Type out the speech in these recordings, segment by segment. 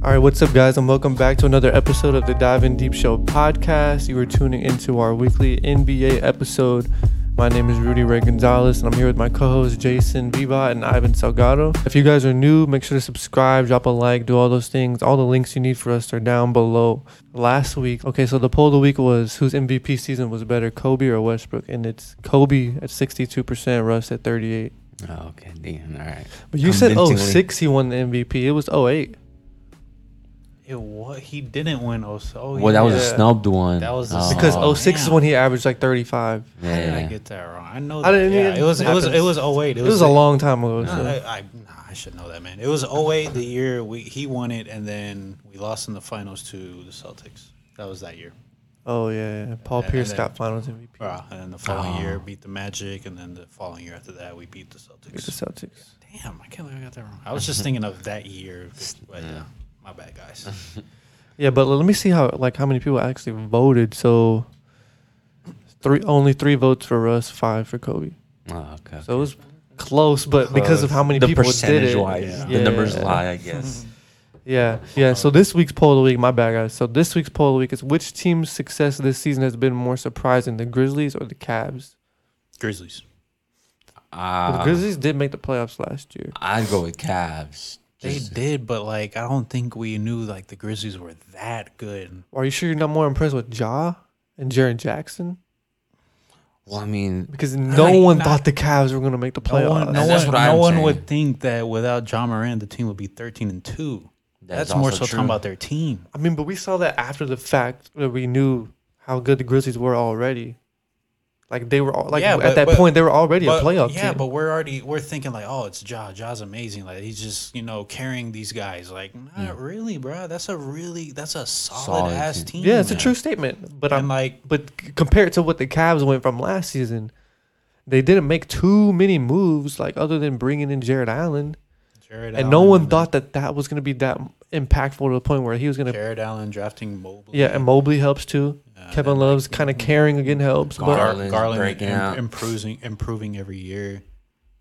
All right, what's up, guys, and welcome back to another episode of the Dive In Deep Show podcast. You are tuning into our weekly NBA episode. My name is Rudy Ray Gonzalez, and I'm here with my co hosts Jason Bebot and Ivan Salgado. If you guys are new, make sure to subscribe, drop a like, do all those things. All the links you need for us are down below. Last week, okay, so the poll of the week was whose MVP season was better, Kobe or Westbrook? And it's Kobe at 62%, Russ at 38 Oh, okay, damn. All right. But you said oh Convincingly. six he won the MVP, it was oh eight. It what he didn't win. Oh, so well, that was yeah. a snubbed one. That was a Oh, Because Oh, oh six is damn. when he averaged like 35. yeah. How did I yeah. get that wrong? I know. I That. didn't- yeah, it it was. It was. It happens. was 08. It It was a like- long time ago. Nah, so- I, I, nah, I should know that man. It was 08, the year we he won it, and then we lost in the finals to the Celtics. That was that year, Oh yeah, yeah. Paul And Pierce then- got Finals MVP. Bruh, and then the following Oh. year beat the Magic, and then the following year after that we beat the With Celtics. the Celtics. Damn, I can't believe I got that wrong. I was just thinking of that year, but yeah, my bad, guys. Yeah, but let me see how like how many people actually voted. So three only three votes for Russ, five for Kobe. Oh, okay. So it was close, but because of how many the people did percentage it, wise, Yeah. the numbers lie, I guess. Yeah, yeah. So this week's poll of the week, my bad guys. So this week's poll of the week is which team's success this season has been more surprising, the Grizzlies or the Cavs? Grizzlies. Well, uh, the Grizzlies did make the playoffs last year. I'd go with Cavs. They Just- did, but like I don't think we knew like the Grizzlies were that good. Are you sure you're not more impressed with Ja and Jaron Jackson? Well, I mean, Because no not- one not- thought the Cavs were going to make the playoffs. No one, no That's one, what no I'm one saying. would think that without John Moran, the team would be thirteen and two. That is That's more also so true. talking about their team. I mean, but we saw that after the fact that we knew how good the Grizzlies were already. Like they were all like Yeah, at but- that but- point they were already But- a playoff yeah, team. but we're already we're thinking like, oh, it's Ja. Ja's amazing. Like he's just you know carrying these guys. Like not really, bro. That's a really that's a solid, Solid ass team. team. yeah, it's a man. true statement. But And, I'm like but c- compared to what the Cavs went from last season, they didn't make too many moves like other than bringing in Jared Allen, Jared and no one Allen, thought that that was going to be that impactful to the point where he was going to. Jared Allen drafting Mobley. Yeah, and Mobley helps too. Yeah, Kevin Love's kind of caring again helps, but Gar- Garland, Garland's Garland breaking im- out. improving improving every year.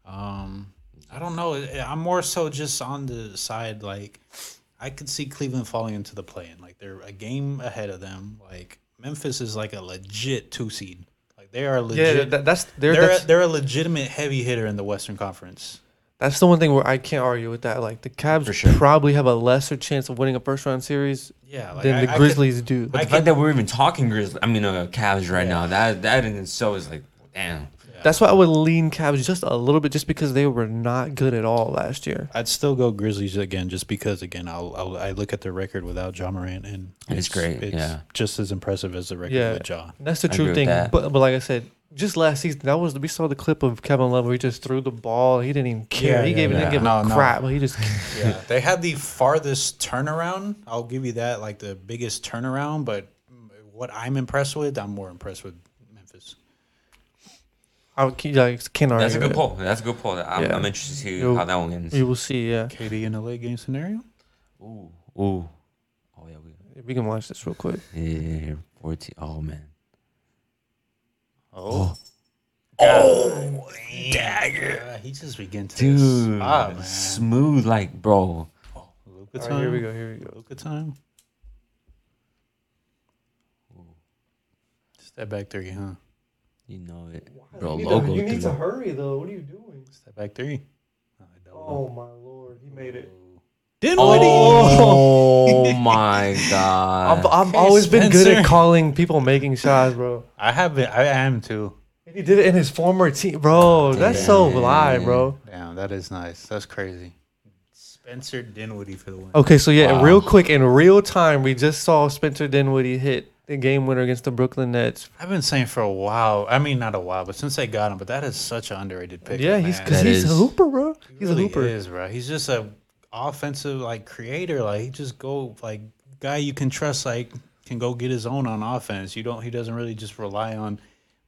Um, I don't know. I'm more so just on the side like I could see Cleveland falling into the play in. Like they're a game ahead of them. Like Memphis is like a legit two seed. Like they are legit. yeah, that, that's they're, they're that's, a, they're a legitimate heavy hitter in the Western Conference. That's the one thing where I can't argue with that. Like the Cavs For sure. probably have a lesser chance of winning a first round series Yeah, like than I- I the could- Grizzlies do. the I fact can- that we're even talking Grizzlies, I mean, uh, Cavs right now, that that in itself is like, damn. That's why I would lean Cavs just a little bit, just because they were not good at all last year. I'd still go Grizzlies again, just because again I'll, I'll I look at the record without John Morant and It's great, yeah. just as impressive as the record Yeah. with John. That's the I true agree with thing. that. But but like I said, just last season that was we saw the clip of Kevin Love where he just threw the ball. He didn't even care. Yeah, he yeah, gave yeah. didn't give No, a no. crap. He just Yeah, they had the farthest turnaround. I'll give you that, like the biggest turnaround. But what I'm impressed with, I'm more impressed with Memphis. I would keep- like, can't argue. That's a good with poll. That's a good poll. I'm, Yeah. I'm interested to see Yo. how that one ends. it. You will see. Yeah, KD in a late game scenario. Ooh, ooh. Oh yeah, we, we can watch this real quick. yeah, yeah, yeah, 14. Oh man. Oh. Oh, dagger! Uh, he just began to Ah, Dude, spot, man. smooth like bro. Luka All time. right, here we go. Here we go. Luka time. Step back three, huh? You know it, bro. Logo. dude. hurry though. What are you doing? Step back three. Oh, I doubled my lord, Oh, he made it. Dinwiddie. oh my I've, god. I've Okay, always been good at Spencer. calling people making shots, bro. I have been. I am too. And he did it in his former team, bro. That's so lie, bro. Damn, that is nice. That's crazy. Spencer Dinwiddie for the win. Okay, so yeah, Wow. real quick in real time, we just saw Spencer Dinwiddie hit the game winner against the Brooklyn Nets. I've been saying for a while. I mean, not a while, but since they got him. But that is such an underrated pick. Yeah, he's man. because That he's a is- hooper, bro. He He's really a hooper. Is bro. He's just a offensive like creator. Like he just go like guy you can trust. Like can go get his own on offense. You don't. He doesn't really just rely on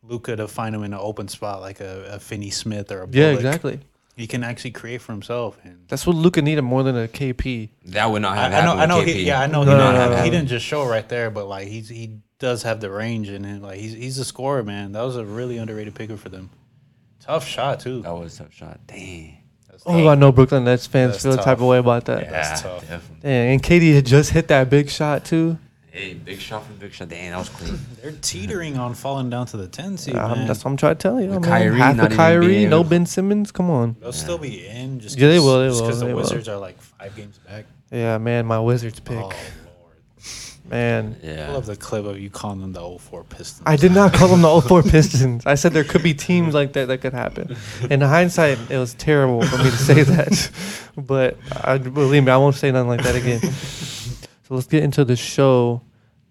Luca to find him in an open spot like a, a Finney Smith or a Yeah, Bullock. exactly. He can actually create for himself. And That's what Luca needed more than a KP. that would not I, have I know, happened. I know, with KP. he, yeah, I know. No, no, he, didn't no, have- no. he didn't just show right there, but like he's he does have the range in him. Like he's he's a scorer, man. That was a really underrated picker for them. Tough shot too. That was a tough shot. Dang. That's Oh, I know Brooklyn Nets fans That's feel the tough. type of way about that. Yeah, That's tough. definitely. Dang, and Katie had just hit that big shot too. Hey, big shot for big shot. Damn, that was clean. They're teetering on falling down to the 10 seed. Um, man. that's what I'm trying to tell you. I With mean, Kyrie half not of even Kyrie, being no able- Ben Simmons. Come on. They'll still be in just Yeah, they 'cause- will, they just will, because they the will. Wizards are like five games back. Yeah, man, my Wizards pick. Oh lord, Man, I Yeah. love the clip of you calling them the 04 Pistons. I did not call them the 04 Pistons. I said there could be teams like that that could happen. In hindsight, it was terrible for me to say that. But I believe me, I won't say nothing like that again. So let's get into the show.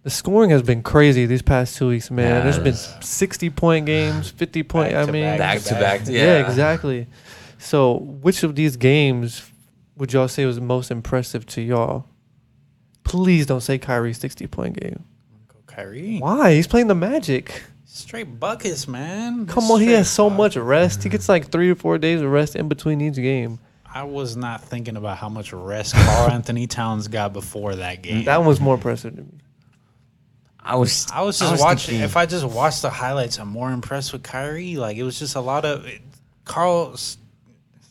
The scoring has been crazy these past two weeks, man. Yeah, There's been that's- 60 point games, 50 point. Back I to mean, Back to back. Yeah. Yeah. exactly. So, which of these games would y'all say was most impressive to y'all? Please don't say Kyrie's 60 point game. Go Hmm. Kyrie, Why? He's playing the Magic. straight buckets, man. Come on, he Straight has so buck- much rest. He gets like three or four days of rest in between each game. I was not thinking about how much rest Carl Anthony Towns got before that game. That one's more impressive to me. I was. I was just watching. thinking- If I just watched the highlights, I'm more impressed with Kyrie. Like it was just a lot of it, Carl.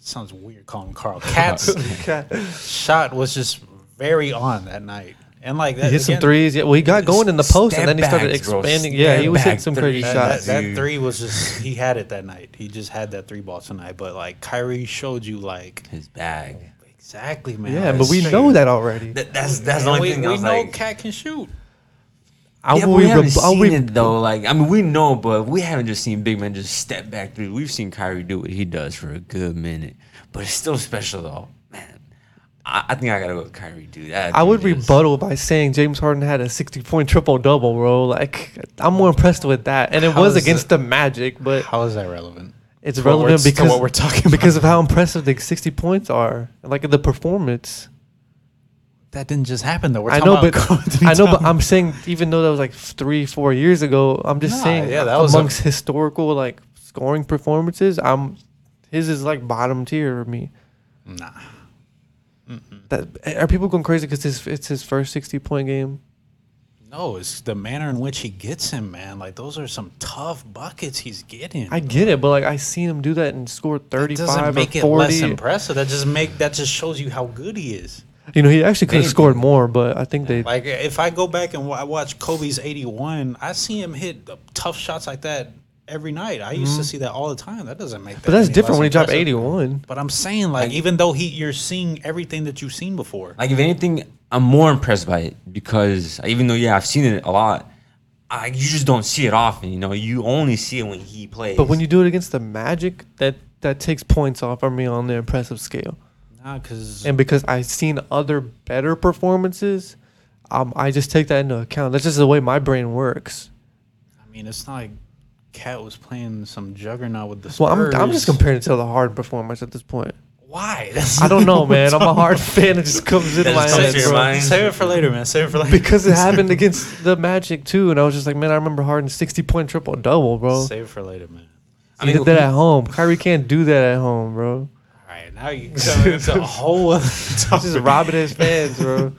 Sounds weird calling him Carl. Cat's shot was just very on that night, and like He that, hit some again, threes. Yeah, well, he got going in the post, and Step then he started backs, bro. expanding. Yeah, he Step was hitting back some crazy threes. That, shots. that, that Dude. three was just he had it that night. He just had that three ball tonight. But like Kyrie showed you, like His bag. exactly, man. Yeah, Like, but we straight- know that already. That, that's that's the And only we, thing that we was know like. Cat can shoot. I yeah, will but we re- haven't I will seen re- it though. Like, I mean, we know, but we haven't just seen big men just step back through. We've seen Kyrie do what he does for a good minute, but it's still special though, man. I, I think I gotta go with Kyrie, dude. That I dude would just- rebuttal by saying James Harden had a 60 point triple double, bro. Like, I'm more impressed with that. And it How was is against the Magic, but How is that relevant? it's what we're- relevant to because, what we're talking about. because of how impressive the 60 points are. Like, the performance. That didn't just happen though. We're I talking know, but about Karl Anthony I know, but Towns. I'm saying, even though that was like three, four years ago, I'm just Nah, saying, yeah, that was a- amongst historical like scoring performances, I'm his is like bottom tier for me. Nah. That are people going crazy because it's, it's his first 60 point game? No, it's the manner in which he gets him, man. Like those are some tough buckets he's getting. I get it, but like I seen him do that and score That doesn't 35 make or it less 40. impressive. That just make that just shows you how good he is. You know, he actually could have Maybe. scored more, but I think they Like if I go back and wa- I watch Kobe's '81, I see him hit the tough shots like that every night. I used to see that all the time. That doesn't make. That Mm-hmm. But that's any different less when he dropped impressive. 81. But I'm saying, like, even though he, you're seeing everything that you've seen before. Like, if anything, I'm more impressed by it because uh, even though, yeah, I've seen it a lot, I, you just don't see it often. You know, you only see it when he plays. But when you do it against the Magic, that that takes points off for me on the impressive scale. Nah, because And because I've seen other better performances, um, I just take that into account. That's just the way my brain works. I mean, it's not like Cat was playing some juggernaut with the Spurs. Well, I'm, I'm just comparing it to the hard performance at this point. Why? I don't know, man. I'm a hard fan. It just comes in That my just comes head, to your bro. mind. Save it for later, man. Save it for later. because it happened against the Magic too, and I was just like, man, I remember Harden's sixty point triple double, bro. Save it for later, man. I he did that at home. Kyrie can't do that at home, bro. All right, now you go into a whole other topic. Just robbing his fans, bro.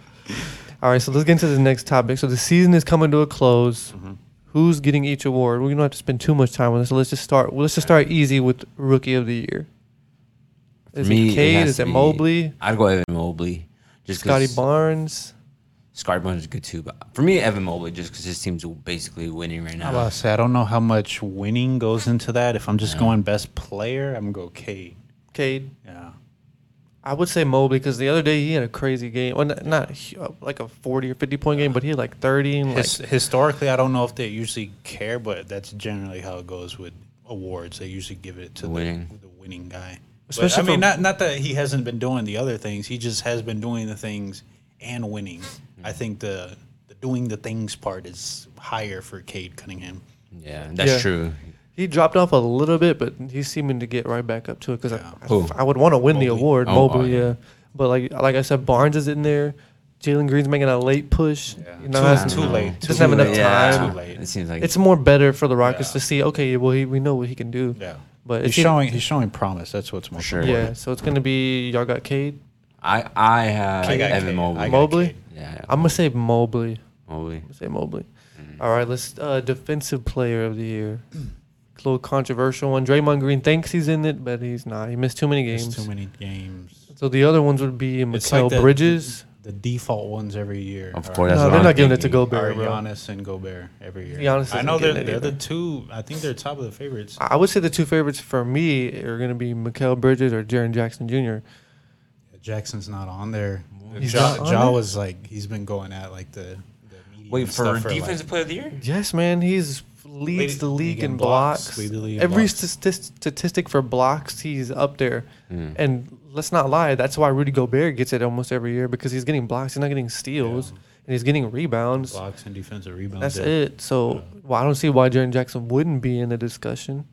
All right, so let's get into the next topic. So the season is coming to a close. Mm-hmm. Who's getting each award? We don't have to spend too much time on this. So let's just start. Well, let's just start easy with Rookie of the Year. Is me, it it Cade? has Is to it be Mobley? I'd go Evan Mobley. Just 'cause- Scotty Barnes? Scotty Barnes is good too, but for me, Evan Mobley, just because his team's basically winning right I now. was about to say, I don't know how much winning goes into that. If I'm just going best player, I'm going to go Cade. Cade? Yeah. I would say Mobley because the other day he had a crazy game. Well, not, not hu- uh, like a forty or fifty point game, but he had like thirty and like His, historically, I don't know if they usually care, but that's generally how it goes with awards. They usually give it to the Winning. the winning guy. But, Especially I mean, for- not not that he hasn't been doing the other things. He just has been doing the things and winning. I Hmm. think the, the doing the things part is higher for Cade Cunningham. yeah, that's Yeah. true. he dropped off a little bit, but he's seeming to get right back up to it because Who? I, I would want to win the Mobley. award, Oh, oh, Mobley. yeah. yeah. but like like I said, Barnes is in there. Jalen Green's making a late push. You know, Too- hasn't- too late. Doesn't Too have enough late. Yeah, time. Too late. It seems like It's more better for the Rockets Yeah. to see. Okay, well, he, we know what he can do. Yeah. but He's it's showing he's showing promise. That's what's most Sure. Yeah, so it's gonna be y'all got Cade, I I have I got Evan Cade. Mobley. I got Mobley. Cade. yeah, I'm gonna say Mobley. Mobley. Say Mobley. All right, let's uh, defensive player of the year. little controversial one. Draymond Green thinks he's in it, but he's not. He missed too many There's games. too many games. So the other ones would be It's Mikael like the- Bridges. The default ones every year. Of are- course, that's no, what they're I'm not giving it to thinking. Are Gobert, bro. Giannis and Gobert every year. Giannis I isn't know they're getting it they're the either. two. I think they're top of the favorites. I would say the two favorites for me are going to be Mikael Bridges or Jaron Jackson Jr. Jackson's not on there. He's Ja, not on ja there? was like he's been going at like the, the media Wait and for stuff defensive like, player of the year. Yes, man, he's leads Lead- the league league in in blocks. blocks. Lead the league in Every blocks. statis- statistic for blocks, he's up there. Hmm. And let's not lie, that's why Rudy Gobert gets it almost every year because he's getting blocks, he's not getting steals, and he's getting rebounds. blocks and defensive rebounds. That's Yeah. it. So well, I don't see why Jaron Jackson wouldn't be in the discussion.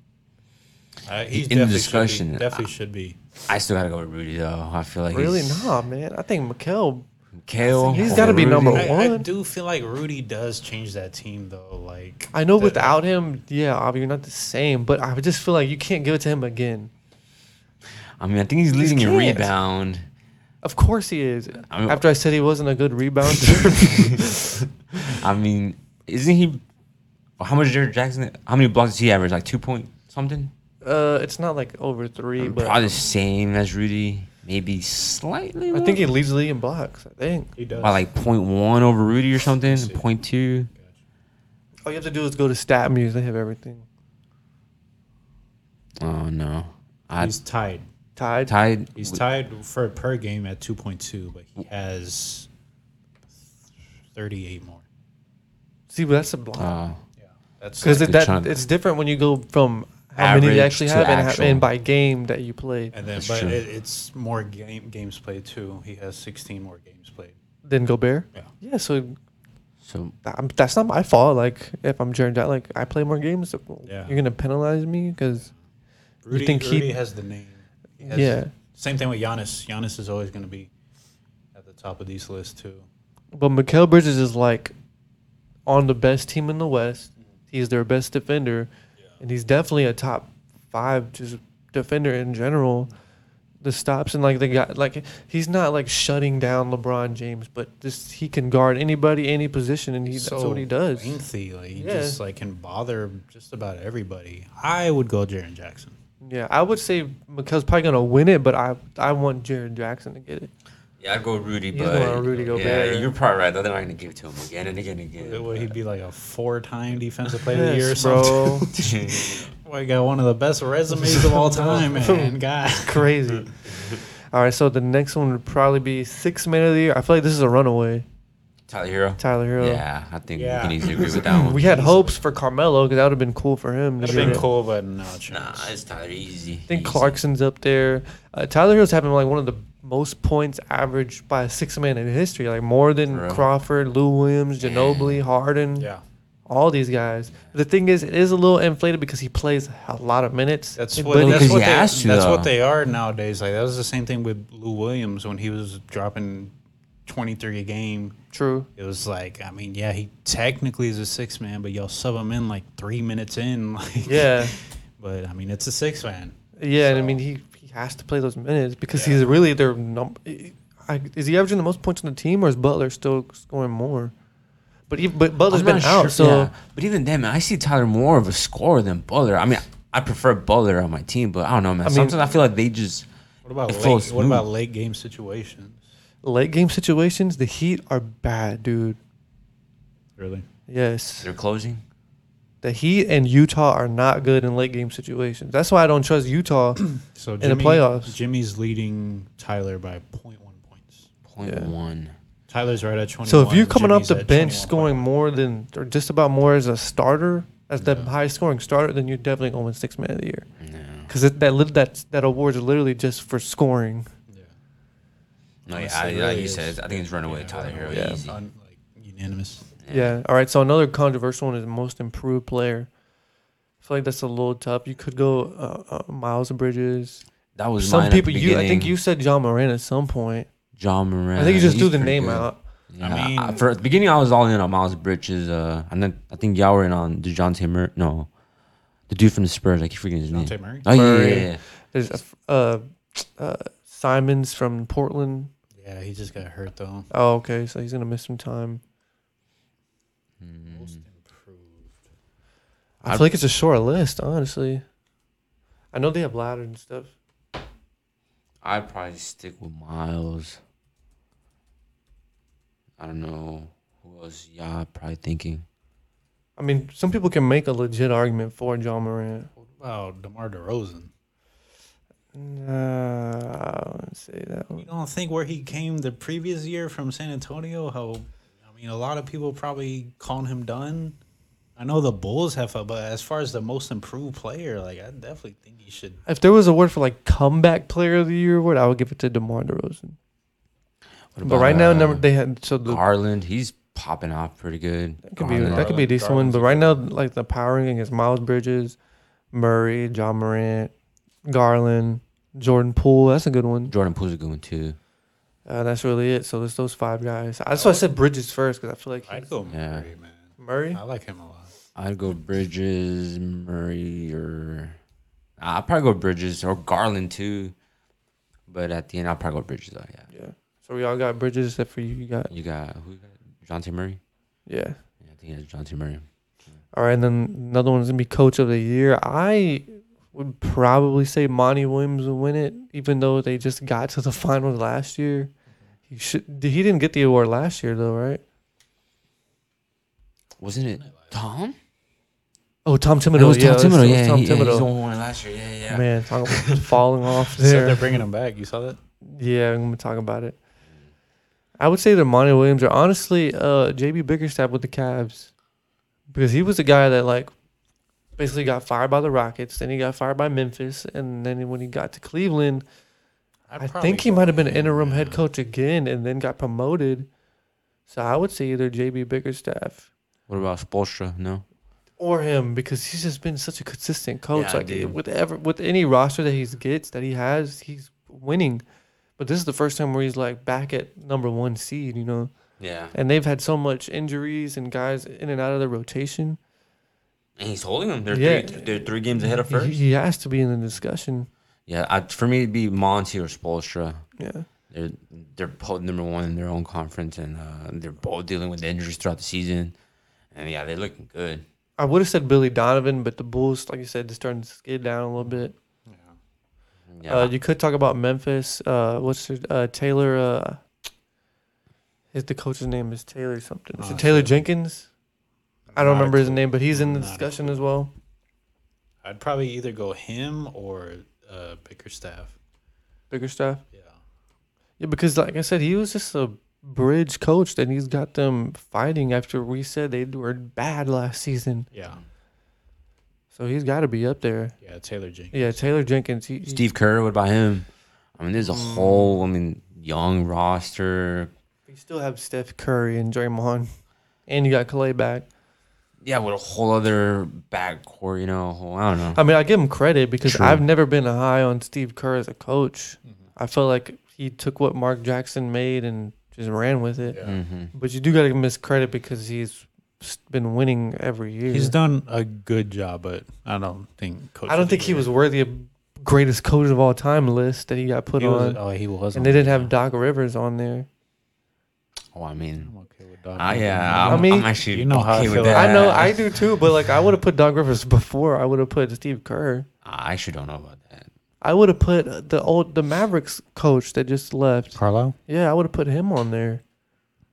Uh, he's In definitely discussion, Should be, definitely should be. I still gotta go with Rudy though. I feel like Really, he's, nah, man. I think Mikel. Kale. He's or gotta be Rudy. number one. I, I do feel like Rudy does change that team though. Like I know the- without him, yeah, obviously you're not the same. But I just feel like you can't give it to him again. I mean, I think he's leading in can't. rebound. Of course he is. I mean- After I said he wasn't a good rebounder, I mean, isn't he? How much Jared Jackson? How many blocks does he average? Like two point something. uh, it's not like over three, but Probably the same as Rudy. Maybe slightly. I think he leads the league in blocks. I think he does. by like point one over Rudy or something. Point two. all you have to do is go to StatMuse. They have everything Oh no, I he's tied. tied. tied. He's with- tied for per game at two point two, but he has thirty eight more. See, but that's a block uh, Yeah, that's because like a that chunk. it's different when you go from how many you Average actually to have and, how- actual. and by game that you played. And then, That's but true. it, it's more game games played too. He has 16 more games played. Then Gobert. Yeah. Yeah. So so I'm, that's not my fault. Like if I'm Jaron Jackson, like I play more games. Yeah. You're gonna penalize me because Rudy, think he- Rudy has the name. He has- yeah. Same thing with Giannis. Giannis is always going to be at the top of these lists too. But Mikael Bridges is like on the best team in the West. Mm-hmm. He's their best defender, and he's definitely a top five just defender in general. The stops and like the guy, like he's not like shutting down LeBron James, but just he can guard anybody, any position, and he, that's what he does. Lengthy, like he Yeah. just like can bother just about everybody. I would go Jaron Jackson. Yeah, I would say Mikael's probably gonna win it, but I I want Jaron Jackson to get it. yeah, I go Rudy, He's but going Rudy Gobert. yeah, you're probably right. Though they're not gonna give it to him again and again and Would- again. Would he be like a four-time defensive player of the year or Yes, something? bro, Well, he got one of the best resumes of all time, man. God, crazy. All right, so the next one would probably be six man of the year. I feel like this is a runaway. Tyler Hero. Tyler Hero. Yeah, I think we Yeah. can easily agree with that one. We had hopes for Carmelo because that would have been cool for him. to that'd get have it. been cool, but no chance. nah, it's Tyler easy. I think Clarkson's up there. Uh, Tyler Hill's having like one of the most points averaged by a six man in history, like more than For real. Crawford, Lou Williams, Ginobili, Harden, Yeah, all these guys. But the thing is, it is a little inflated because he plays a lot of minutes. That's It- what but- Well, that's because what he they, has to, that's what though. they are nowadays. Like that was the same thing with Lou Williams when he was dropping twenty three a game. true. It was like, I mean, yeah, he technically is a six man, but y'all sub him in like three minutes in. Like, Yeah, But I mean, it's a six man. yeah. And I mean, he he has to play those minutes because he's really their number. Is he averaging the most points on the team, or is Butler still scoring more? But even, but Butler's I'm not been out, sure- so. yeah, But even then, man, I see Tyler more of a scorer than Butler. I mean, I prefer Butler on my team, but I don't know, man. mean- Sometimes I feel like they just. What about It late, flows what about smooth. late game situations? late game situations, the Heat are bad, dude. Really? Yes. They're closing. The Heat and Utah are not good in late game situations. That's why I don't trust Utah. So the playoffs. Jimmy's leading Tyler by 0.1 points. Point Yeah. one. Tyler's right at twenty. so if you're coming off the bench scoring more than, or just about more as a starter, as the highest scoring starter, then you're definitely going to win six man of the year. No. Because that li- that that award is literally just for scoring. yeah, No, yeah, Honestly, I, it like really you is. said, I think it's runaway Tyler Hero. Yeah. Easy. Un- like, unanimous. Yeah. All right. So another controversial one is most improved player. I feel like that's a little tough. You could go uh, uh, Miles Bridges. That was Some mine at the people, you I think beginning. you said John Moran at some point. John Moran. I think you just threw the pretty name good. out. Yeah, I I mean- I, for at the beginning, I was all in on Miles Bridges. Uh, and then I think y'all were in on Dejounte Murray. No, the dude from the Spurs. I keep forgetting his name. Dante Murray. Oh yeah, Murray. yeah, yeah. There's a f uh, uh, Simons from Portland. Yeah, he just got hurt though. Oh, okay, so he's gonna miss some time. Most improved. I I'd- feel like it's a short list, honestly. I know they have ladder and stuff. I'd probably stick with Miles. I don't know who else y'all probably thinking. I mean, some people can make a legit argument for John Morant. Wow, DeMar DeRozan. Nah, I wouldn't say that You one. don't think where he came the previous year from San Antonio? How I mean, a lot of people probably calling him done. I know the Bulls have, a, but as far as the most improved player, like I definitely think he should. If there was a word for like comeback player of the year award, I would give it to DeMar DeRozan. What But right now, uh, number they had so the Garland, he's popping off pretty good. That could be Garland. that could be a Garland- decent one. Garland's But right now, like the power ranking is Miles Bridges, Murray, John Morant, Garland, Jordan Poole. That's a good one. Jordan Poole's a good one too. Uh, that's really it. So it's those five guys. That's why I said Bridges first because I feel like I'd go Murray, Yeah. man. Murray. I like him a lot. I'd go Bridges, Murray, or I'd probably go Bridges or Garland too. But at the end, I'll probably go Bridges though. Yeah. Yeah. So we all got Bridges except for you. You got You got who? You got? Jonte Murray. yeah. Yeah, I think it's Jonte Murray. All right, and then another one is gonna be Coach of the Year. I would probably say Monty Williams will win it, even though they just got to the finals last year. He should. He didn't get the award last year though, right? Wasn't it Tom? Oh, Tom Thibodeau. It was yeah, Tom that's- it Thibodeau. was Yeah, Tom yeah, he's Thibodeau. the one who won it last year. Yeah, yeah. Man, talking about falling off Except they're there. bringing him back. You saw that? Yeah, I'm gonna talk about it. I would say that Monty Williams or honestly, uh, JB Bickerstaff with the Cavs, because he was the guy that like basically got fired by the Rockets, then he got fired by Memphis, and then when he got to Cleveland, I'd I probably think he go might have been him, interim head yeah. coach again, and then got promoted. So I would say either JB Bickerstaff What about Spolstra? No. or him because he's just been such a consistent coach. Yeah, like dude. with ever with any roster that he gets that he has, he's winning. But this is the first time where he's like back at number one seed, you know. Yeah. And they've had so much injuries and guys in and out of the rotation. And he's holding them. They're Yeah. three, they're three games ahead of He, first. he has to be in the discussion. Yeah, I, for me it'd be Monty or Spolstra. Yeah, They're they're both number one in their own conference, and uh, they're both dealing with injuries throughout the season. And yeah, they're looking good. I would have said Billy Donovan, but the Bulls, like you said, just starting to skid down a little bit. Yeah, Uh, you could talk about Memphis. Uh, what's your, uh, Taylor? Uh, his the coach's name is Taylor something. Is Uh, Oh, it Taylor shit. Jenkins? I don't Not a remember his clue. name, but he's in the Not a discussion clue. as well. I'd probably either go him or uh, Bickerstaff. Bigger staff. Yeah. Yeah, because like I said, he was just a bridge coach, and he's got them fighting after we said they were bad last season. Yeah. So he's got to be up there. Yeah. Taylor Jenkins. Yeah, Taylor Jenkins. He, he- Steve Kerr. What about him? I mean, there's a whole. I mean, young roster. you still have Steph Curry and Draymond, and you got Clay back. Yeah, with a whole other backcourt. You know, a whole, I don't know. I mean, I give him credit because True. I've never been high on Steve Kerr as a coach. Mm-hmm. I feel like he took what Mark Jackson made and just ran with it. Yeah. hmm But you do got to give him his credit because he's s- been winning every year. He's done a good job, but I don't think. Coach I of don't the think he Year- was worthy of greatest coach of all time list that he got put He on. was, oh, he was. and on they there. didn't have Doc Rivers on there. Oh, I mean, I'm okay with Doc. I Ah, yeah. I I'm, mean, I'm actually you know how I okay with feel that. about I know I do too, but like I would have put Doc Rivers before I would have put Steve Kerr. I actually don't know about that. I would have put the old the Mavericks coach that just left. Carlisle. Yeah, I would have put him on there.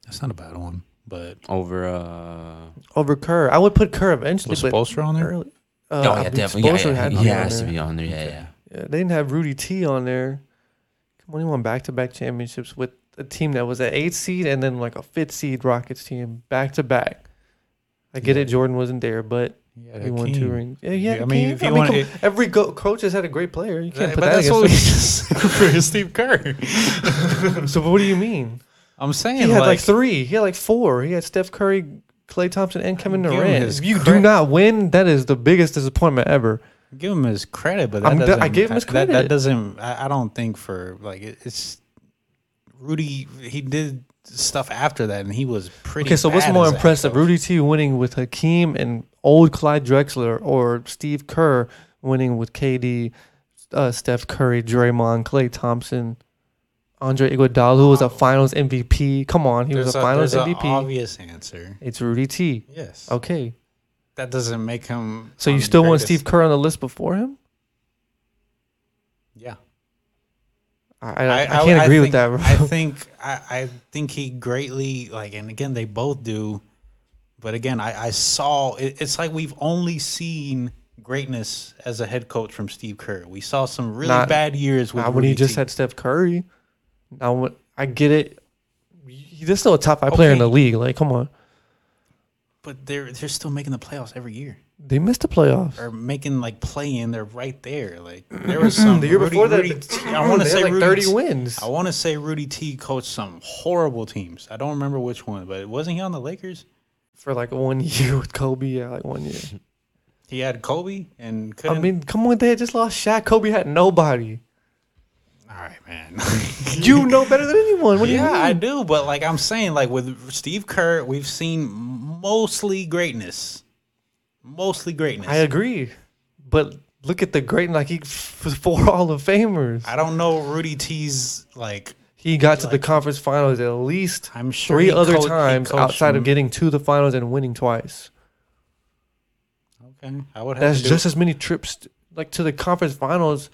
That's not a bad one, but Over uh, over Kerr. I would put Kerr eventually, was but Spolstra on there? early. Uh, oh I yeah, think definitely. Yeah, Spoelstra yeah, had he him on has to there. be on there. Yeah, yeah. Yeah, they didn't have Rudy T on there. Come on, he won back-to-back championships with a team that was an eighth seed and then like a fifth seed Rockets team back-to-back. I get Yeah. it. Jordan wasn't there, but Yeah, he won two rings. Yeah, yeah. I mean, if you want, come- every go- coach has had a great player. You can't but put that that's what we against just said for Steve Kerr. him. So what do you mean? I'm saying He had like, like, three. He had like four. He had Steph Curry, Clay Thompson, and Kevin give him Durant. his If you do credit. not win, that is the biggest disappointment ever. give him his credit, but that I'm d- I doesn't, gave him his that- That, credit. doesn't. I, I don't think for like it, it's Rudy. He did stuff after that, and he was pretty. Okay, so what's bad more as a head impressive, coach. Rudy T winning with Hakeem and old Clyde Drexler, or Steve Kerr winning with KD, uh, Steph Curry, Draymond, Clay Thompson, Andre Iguodala, who was a Finals MVP? Come on, he was There's a Finals there's a MVP. Obvious answer. it's Rudy T. Yes. Okay, That doesn't make him. So you um, still want greatest. Steve Kerr on the list before him? Yeah, I, I, I, can't agree with think- that, bro. I think I, I think he greatly like, and again, they both do. But again, I, I saw it, it's like we've only seen greatness as a head coach from Steve Kerr. We saw some really Not- bad years with Not when he Rudy just T. had Steph Curry. Now when- I get it. He- He's still a top five player in Okay. the league. Like, come on, but they're they're still making the playoffs every year. they missed the playoffs. Or making like play in, they're right there. Like there was some The year Rudy- before that, Rudy T- I want to they had say like Rudy thirty T- wins. I want to say Rudy T coached some horrible teams. I don't remember which one, but wasn't he on the Lakers? for like one year with Kobe. Yeah, like one year. He had Kobe and couldn't. I mean, come on, they had just lost Shaq. Kobe had nobody. all right, man. You know better than anyone. What do yeah, I you mean? do, but like I'm saying, like with Steve Kerr, we've seen mostly greatness, mostly greatness. I, agree, but look at the great. Like he f- four Hall of Famers. I don't know Rudy T's like. He got to the conference finals at least I'm sure three he other coached- he times coached outside of from- getting to the finals and winning twice. Okay, I would have That's to do just as many trips like to the conference finals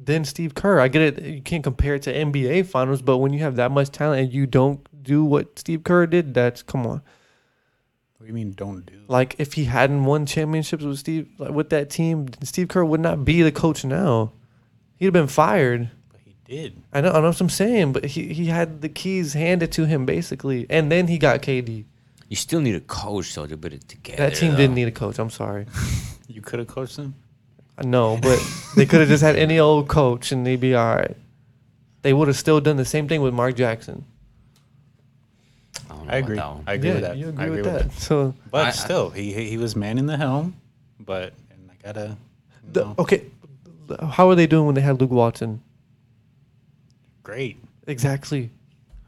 than Steve Kerr. I get it. You can't compare it to NBA finals, but when you have that much talent and you don't do what Steve Kerr did, that's come on. What do you mean? Don't do. Like if he hadn't won championships with Steve, like with that team, then Steve Kerr would not be the coach now. He'd have been fired. But he did. I know, I know what I'm saying, but he, he had the keys handed to him basically, and then he got KD. You still need a coach though to put it together. That team though. didn't need a coach. I'm sorry. You could have coached him. I know, but they could have just had any old coach and they'd be all right. They would have still done the same thing with Mark Jackson. I, don't know I about agree. that one. I agree yeah, with that. you agree, I with, that. So, But I- I- still, he he he was manning the helm. But and I gotta. you the, know, okay, how were they doing when they had Luke Walton? Great. Exactly.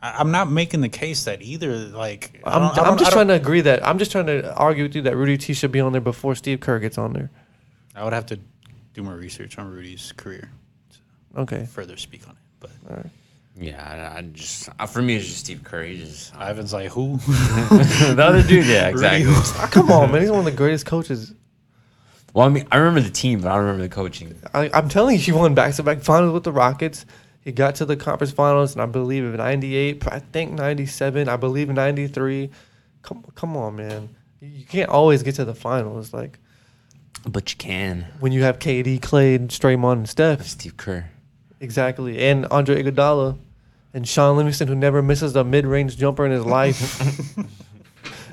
I, I'm not making the case that either. Like I I'm, don't- I I'm don't- just I don't- trying to agree that I'm just trying to argue with you that Rudy T should be on there before Steve Kerr gets on there. I would have to do more research on Rudy's career Okay. to further speak on it. But Yeah, I, I just I, for me it's just Steve Kerr. He just Ivan's like, who? the other dude. Yeah, exactly. Ah, come on, man. He's one of the greatest coaches. Well, I mean, I remember the team, but I don't remember the coaching. I, I'm telling you, he won back to back finals with the Rockets. He got to the conference finals, and I believe in '98, I think '97, I believe in '93. Come, come on, man. You can't always get to the finals. Like But you can. when you have KD, Clay, and Draymond, and Steph, Steve Kerr. exactly, and Andre Iguodala, and Sean Livingston, who never misses a mid-range jumper in his life.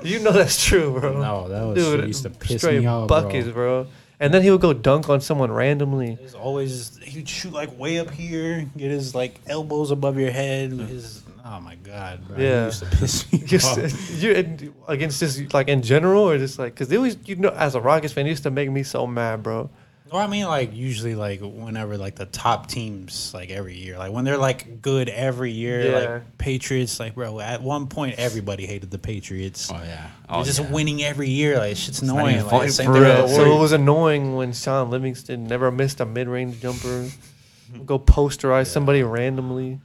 you know that's true, bro. No, that was Dude, shit used to piss straight me off, buckets, bro. bro. And then he would go dunk on someone randomly. There's always he'd shoot like way up here, get his like elbows above your head. His oh my god, bro. Yeah. He used to piss me Just, off. you and- against just like in general, or just like because they always, you know, as a Rockets fan, it used to make me so mad, bro. Well, I mean, like usually, like whenever like the top teams, like every year, like when they're like good every year, Yeah. like Patriots, like bro, at one point everybody hated the Patriots. Oh yeah. They're Oh, just yeah. winning every year. Like shit's not annoying. even Like, funny, same for thing with the real. So it Warriors. was annoying when Sean Livingston never missed a mid-range jumper, go posterize somebody randomly.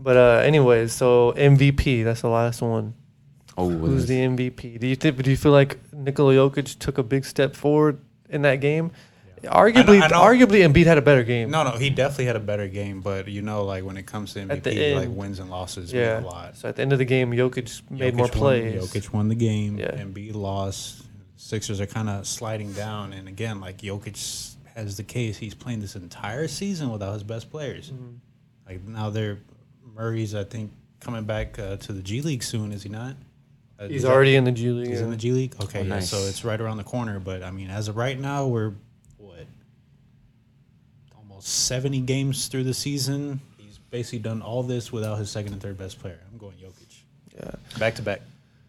But uh, anyways, so MVP, that's the last one. Oh, Who's the MVP? Do you think? Do you feel like Nikola Jokic took a big step forward in that game? Arguably, I know- arguably, Embiid had a better game. no, no, he definitely had a better game, but you know, like when it comes to MVP, the like end. wins and losses yeah. mean a lot. So at the end of the game, Jokic made Jokic more won- plays. Jokic won the game. Yeah. Embiid lost. Sixers are kind of sliding down, and again, like Jokic has the case, he's playing this entire season without his best players. Mm-hmm. Like now, they're Murray's, I think, coming back uh, to the G League soon. Is he not? Uh, He's is that- already in the G League. He's yeah. in the G League. Okay, Oh, yeah, nice. so it's right around the corner. But I mean, as of right now, we're what almost seventy games through the season. He's basically done all this without his second and third best player. I'm going Jokic. Yeah, back to back.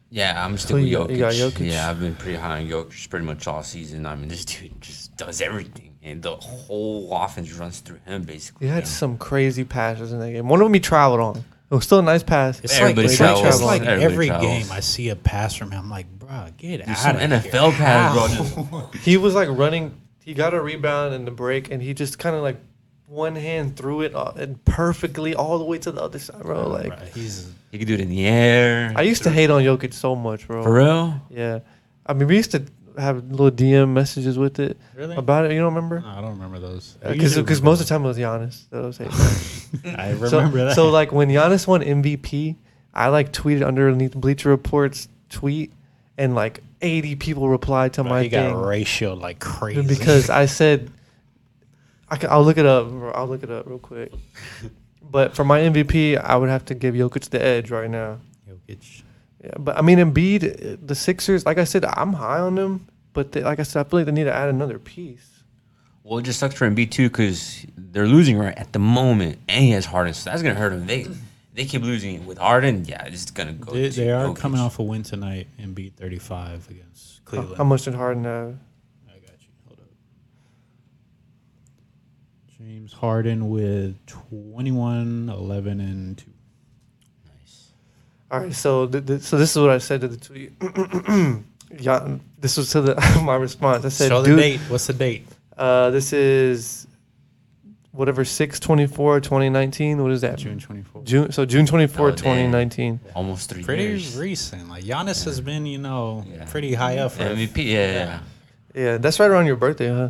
Yeah, I'm still Who with you got- Jokic. you got Jokic? Yeah, I've been pretty high on Jokic pretty much all season. I mean, this dude just does everything, and the whole offense runs through him basically. He had some crazy passes in that game. One of them he traveled on. It was still a nice pass. It's Everybody like, travels. It's like Everybody every travels. game I see a pass from him. I'm like, bro, get Dude, out some of NFL here. pass, bro. How? Just- He was like running. He got a rebound in the break, and he just kind of like one hand threw it uh, and perfectly all the way to the other side, bro. Like Bruh, he's He could do it in the air. I used to hate on Jokic so much, For bro. real? Yeah, I mean, we used to have little DM messages with it Really? about it. You don't remember? No, I don't remember those. You Because do because remember Uh, most of the time it was Giannis. So I was like- those. I so, remember that. so like when Giannis won MVP, I like tweeted underneath Bleacher Report's tweet, and like 80 people replied to Bro, my he got thing ratioed like crazy. because I said I can, I'll look it up. bro. I'll look it up real quick. But for my MVP, I would have to give Jokic the edge right now. Jokic. Yeah, but I mean Embiid, uh, the Sixers. Like I said, I'm high on them, but they, like I said, I feel like they need to add another piece. Well, it just sucks for Embiid too because they're losing right at the moment, and he has Harden, so that's gonna hurt him. They they keep losing with Harden. Yeah, it's gonna go. They, to they are Jokic. coming off a win tonight and beat 35 against Cleveland. How much did Harden have? I got you. Hold up. James Harden with 21, 11, and 2. Nice. All right, so th- th- so this is what I said to the tweet. yeah, this was to the my response. I said, Show the "Dude, date. What's the date? Uh, this is whatever 624 2019. What is that? June 24th. June so June 24, Oh, damn. 2019. Almost three Pretty years. recent. Like Giannis has been, you know, Yeah. pretty high up for a MVP. Yeah, yeah. Yeah, that's right around your birthday, huh?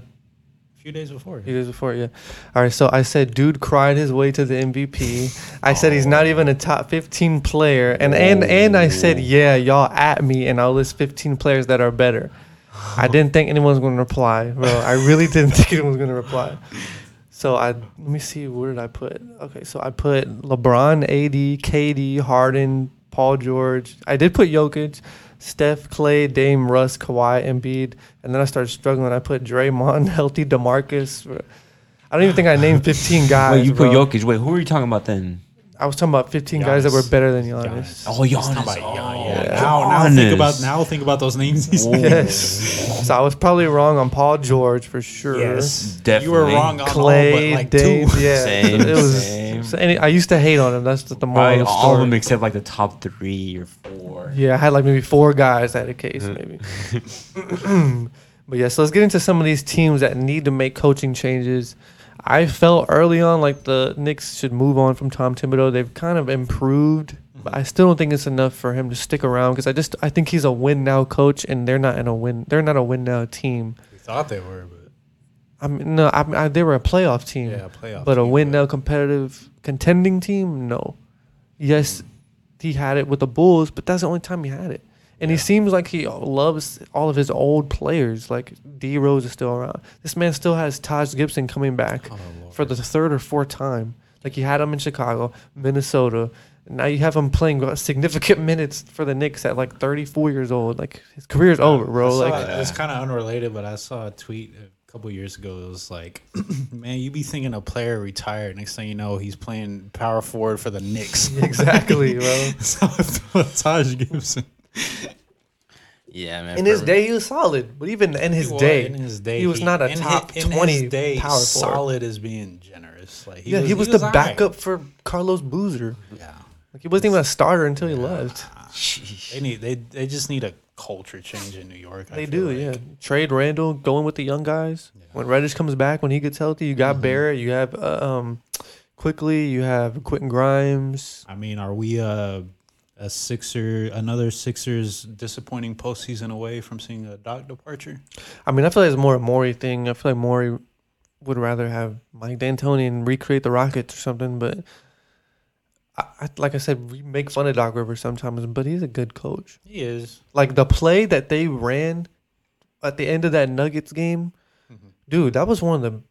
few days before. Few days before, yeah. All right, so I said dude cried his way to the MVP. I said he's not even a top 15 player. And and and I said, "Yeah, y'all at me and I'll list 15 players that are better." I didn't think anyone's going to reply, bro. I really didn't think anyone was going to reply. So I let me see where did I put? Okay, so I put LeBron, AD, KD, Harden, Paul George. I did put Jokic, Steph, Clay, Dame, Russ, Kawhi, Embiid, and then I started struggling. I put Draymond, healthy DeMarcus. I don't even think I named 15 guys. Wait, you put bro. Jokic. Wait, who are you talking about then? I was talking about 15 guys that were Giannis. better than Giannis. Oh, Giannis. Somebody- Oh, yeah, yeah. Now, now think about now think about those names. he said. Yes. so I was probably wrong on Paul George for sure. Definitely. You were wrong on Clay, all but like Dave, two. yeah. Same, it was. same. so any- I used to hate on him. That's the, the Probably moral of the all of story. them except like the top three or four. Yeah, I had like maybe four guys at a case, maybe. but yeah, so let's get into some of these teams that need to make coaching changes. I felt early on like the Knicks should move on from Tom Thibodeau. They've kind of improved, but I still don't think it's enough for him to stick around because I just I think he's a win now coach, and they're not in a win. They're not a win now team. We thought they were, but I mean, no, I, I, they were a playoff team. yeah, playoff. But a team, win now competitive contending team, no. Yes, he had it with the Bulls, but that's the only time he had it. And he Yeah. seems like he loves all of his old players. Like D Rose is still around. This man still has Taj Gibson coming back Oh, Lord. for the third or fourth time. Like he had him in Chicago, Minnesota. Now you have him playing significant minutes for the Knicks at like 34 years old. Like his career's over, I bro. saw- Like it's kind of unrelated, but I saw a tweet a couple years ago. It was like, "Man, you be thinking a player retired. Next thing you know, he's playing power forward for the Knicks." exactly, bro. so I thought Taj Gibson. Yeah, man. In his perfect. day, he was solid, but even in his He was- day, in his day, he was not a in hi- top in his twenty day, power forward. Solid is being generous. Like yeah, he was, the alright. backup for Carlos Boozer. Yeah, Like he wasn't even a starter until he left. they need they they just need a culture change in New York. I They do, feel like. yeah. Trade Randall, going with the young guys. When Reddish comes back, when he gets healthy, you Mm-hmm. got Barrett, you have uh, um, quickly, you have Quentin Grimes. I mean, are we uh, a Sixer, another Sixers disappointing postseason away from seeing a Doc departure? I mean, I feel like it's more a Maury thing. I feel like Maury would rather have Mike D'Antoni and recreate the Rockets or something. But I, I, like I said, we make fun of Doc Rivers sometimes, but he's a good coach. He is. Like the play that they ran at the end of that Nuggets game, dude, that was one of the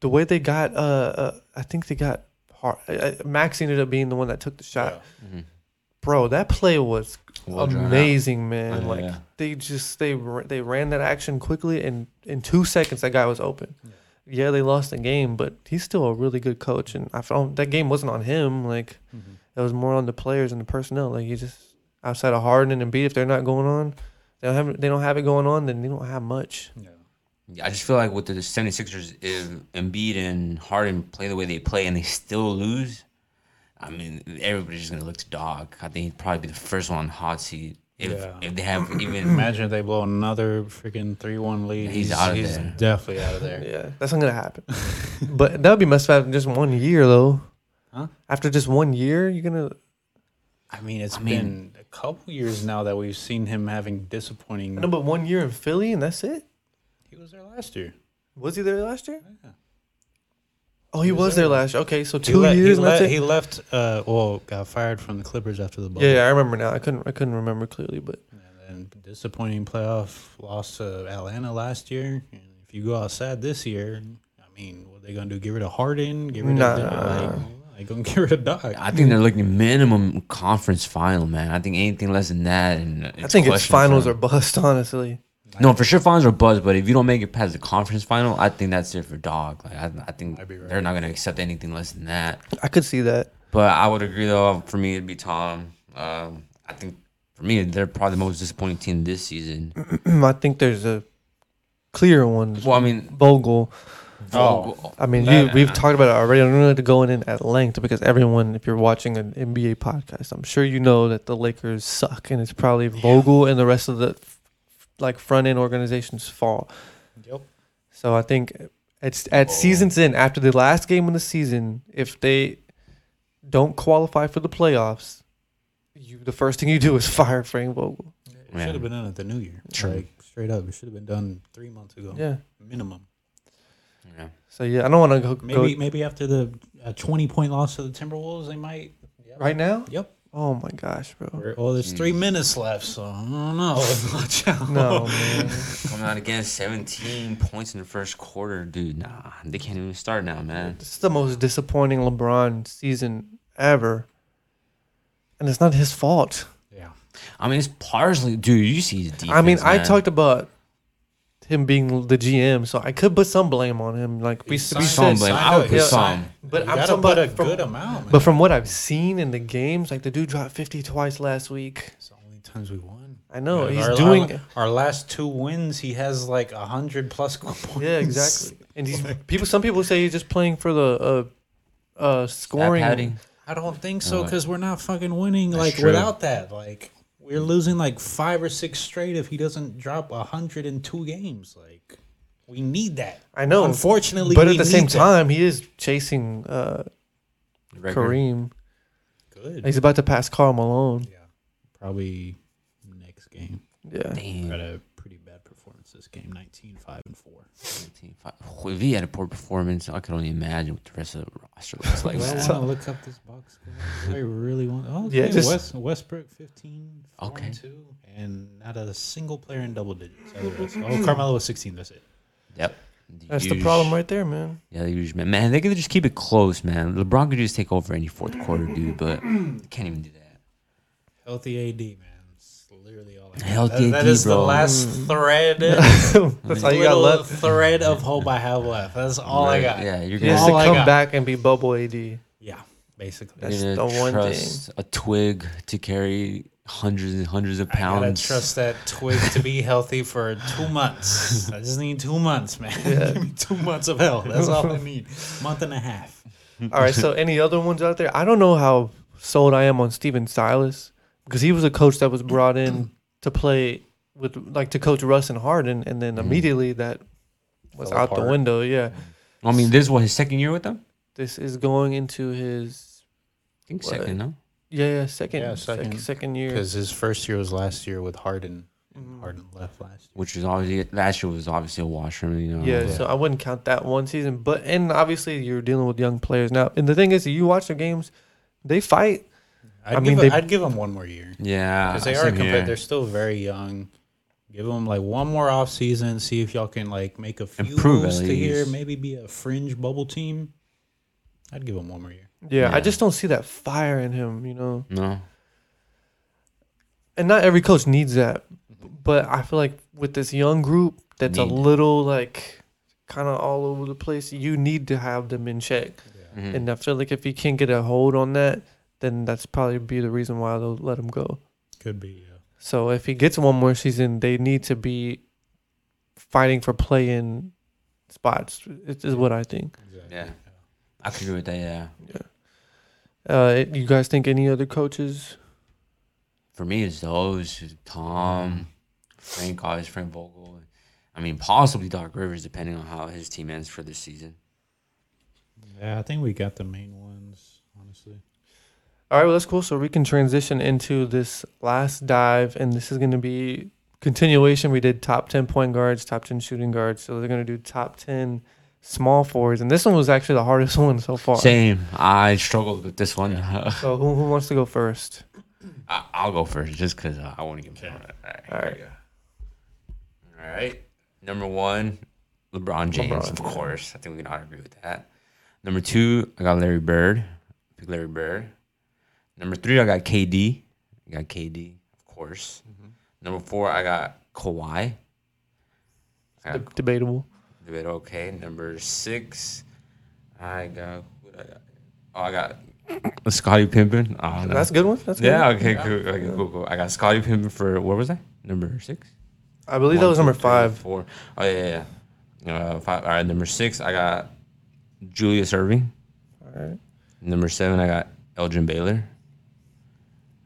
the way they got. Uh, uh I think they got hard. Uh, Max ended up being the one that took the shot. Bro, that play was Well drawn out. amazing, man. Yeah, like yeah. they just they ra- they ran that action quickly, and in two seconds that guy was open. Yeah. they lost the game, but he's still a really good coach, and I found that game wasn't on him. Like Mm-hmm. it was more on the players and the personnel. Like you just outside of Harden and Embiid, if they're not going on, they don't have they don't have it going on, then they don't have much. Yeah. I just feel like with the 76ers, if Embiid and Harden play the way they play and they still lose, I mean, everybody's just going to look to Doc. I think he'd probably be the first one on the hot seat. If, Yeah. if they have even. Imagine if they blow another freaking three-one lead. He's outta there. definitely out of there. Yeah, that's not gonna happen. but that would be messed up after just one year, though. Huh? After just one year, you're gonna. I mean, it's mean- been a couple years now that we've seen him having disappointing. No, but one year in Philly and that's it. He was there last year. Was he there last year? Yeah. Oh, he, was, there last year. Okay, so he two le- he years. and le- that's it? he left. Uh, well, got fired from the Clippers after the bubble. yeah, yeah, I remember now. I couldn't, I couldn't remember clearly, but And then disappointing playoff loss to Atlanta last year. And if you go outside this year, I mean, what are they gonna do? Get rid of Harden? Get rid Nah. of Doc? Like, they gonna get rid of Doc? I think they're looking minimum conference final, man. I think anything less than that, and I think it's finals or or bust. Honestly, no, for sure finals are buzz. But if you don't make it past the conference final, I think that's it for dog. Like I, I think I'd be right. they're not gonna accept anything less than that. I could see that. But I would agree though. For me, it'd be Tom. Um, I think for me, they're probably the most disappointing team this season. I think there's a clear one. Well, uh, I mean, Vogel. Oh. Vogel- I mean, Nah, you, nah, we've nah. talked about it already. I don't need to go in at length because everyone, if you're watching an NBA podcast, I'm sure you know that the Lakers suck, and it's probably Vogel and the rest of the like front end organization's fault. Yep. So I think it's at season's end after the last game of the season, if they don't qualify for the playoffs, you the first thing you do is fire Frank Vogel. It Yeah. should have been done at the New Year. Sure. Like straight up, it should have been done three months ago. Yeah. minimum. yeah. So yeah, I don't want to go, go Maybe maybe after the uh, twenty point loss to the Timberwolves, they might. right now. Yep. Oh my gosh, bro. Well, there's three minutes left, so I don't know. Watch out. No man. Coming out again, 17 points in the first quarter, dude. Nah, they can't even start now, man. This is the most disappointing LeBron season ever. And it's not his fault. Yeah. I mean, it's partially, dude. You see his defense. I mean, I man. talked about him being the GM, so I could put some blame on him. Like we, we Some said, blame. Sign I would up, put yeah. some. but You I'm gotta talking put a about from- good amount. But But from what I've seen in the games, like the dude dropped 50 twice last week. it's the only times we won. I know Yeah, he's our, doing. our, our last two wins. He has like a hundred plus goal points. yeah, exactly. And he's people. Some people say he's just playing for the uh, uh, Scoring. scoring. I don't think so Right. because we're not fucking winning. like true. without that, like we're losing like five or six straight if he doesn't drop a hundred in two games. Like we need that. I know, Unfortunately, but we at the need same that. time, he is chasing uh, Kareem. good. He's about to pass Carl Malone. Yeah, probably next game. Yeah, Had Damn. a pretty bad performance this game. 19, 5, and four. 17, five. Oh, If he had a poor performance, I could only imagine what the rest of the roster looks like. Do I man. want to look up this box score? I really want. Oh, Yeah, okay. just- West, Westbrook 15, four Okay. and two, and not a single player in double digits. Otherwise, oh, Carmelo was 16. That's it. Yep. that's the problem right there, man. Yeah, the huge man. Man, they could just keep it close, man. LeBron could just take over any fourth quarter, dude. But they can't even do that. Healthy AD, man. It's literally all I got. Healthy that, that AD, is the bro. last thread. That's all you got little left. thread of hope I have left. That's all I got. Yeah, you're He gonna. has All to I come got. back and be bubble AD. Yeah, basically. That's You're the gonna one trust a twig to carry hundreds and hundreds of I gotta pounds. trust that twig to be healthy for two months. I just need two months, man. Give me two months of hell. That's all I need. Month and a half. All right. So any other ones out there? I don't know how sold I am on Steven Silas because he was a coach that was brought in to play with like to coach Russ and Harden, and then immediately that was Mm-hmm. Fell out the apart. window. Yeah. I mean, this is what his second year with them. This is going into his I think What? second, no? yeah, yeah second Yeah, sec- second second. year. Because his first year Mm-hmm. was last year with Harden. and Harden left last year. Which was obviously last year was obviously a wash for uh, me. You know, Yeah, so I wouldn't count that one season, but and obviously you're dealing with young players now. And the thing is, you watch their games, they fight. I'd I mean, give they- him, I'd give him one more year. yeah, Because they are Ah, same here. competitive. They're still very young. Give them like one more off season. See if y'all can like make a few Improve at moves to here. least. Maybe be a fringe bubble team. I'd give them one more year. Yeah, I Yeah. just don't see that fire in him, you know. No, and not every coach needs that, but I feel like with this young group that's a Need. little like kind of all over the place, you need to have them in check. Mhm. And I feel like if you can't get a hold on that, then that's probably be the reason why they'll let him go. Could be. Yeah. So if he gets one more season, they need to be fighting for play-in spots. It is what I think. Exactly. Yeah. I could agree with that. Yeah, Uh, you guys think any other coaches? for me, it's those it's Mm-hmm. Tom, Frank, obviously Frank Vogel. I mean, possibly Doc Rivers, depending on how his team ends for this season. Yeah, I think we got the main ones, honestly. All right, well, that's cool. So we can transition into this last dive, and this is going to be continuation. We did top 10 point guards, top 10 shooting guards. So they're going to do top 10 small forwards. And this one was actually the hardest one so far. Same. I struggled with this one. I, So who, who wants to go first? I'll go first just because uh, I want to get more. All right. All right. Number one, LeBron James, LeBron, of course. I think we can all agree with that. Number two, I got Larry Bird. Pick Larry Bird. Number three, I got KD. I got KD, of course. Number four, I got Kawhi. I got De- debatable. Do it okay. Number six, I got. What I got? Oh, I got Scotty Pimpin. Oh, no. That's a good one. That's a good. yeah. one. Okay. Cool. Okay. Cool. Cool. I got Scotty Pimpin for where was I? Number six. I believe that One, was two, number three, five. Four. Oh yeah. yeah. Uh, five. All right. Number six, I got Julius Irving. All right. Number seven, I got Elgin Baylor.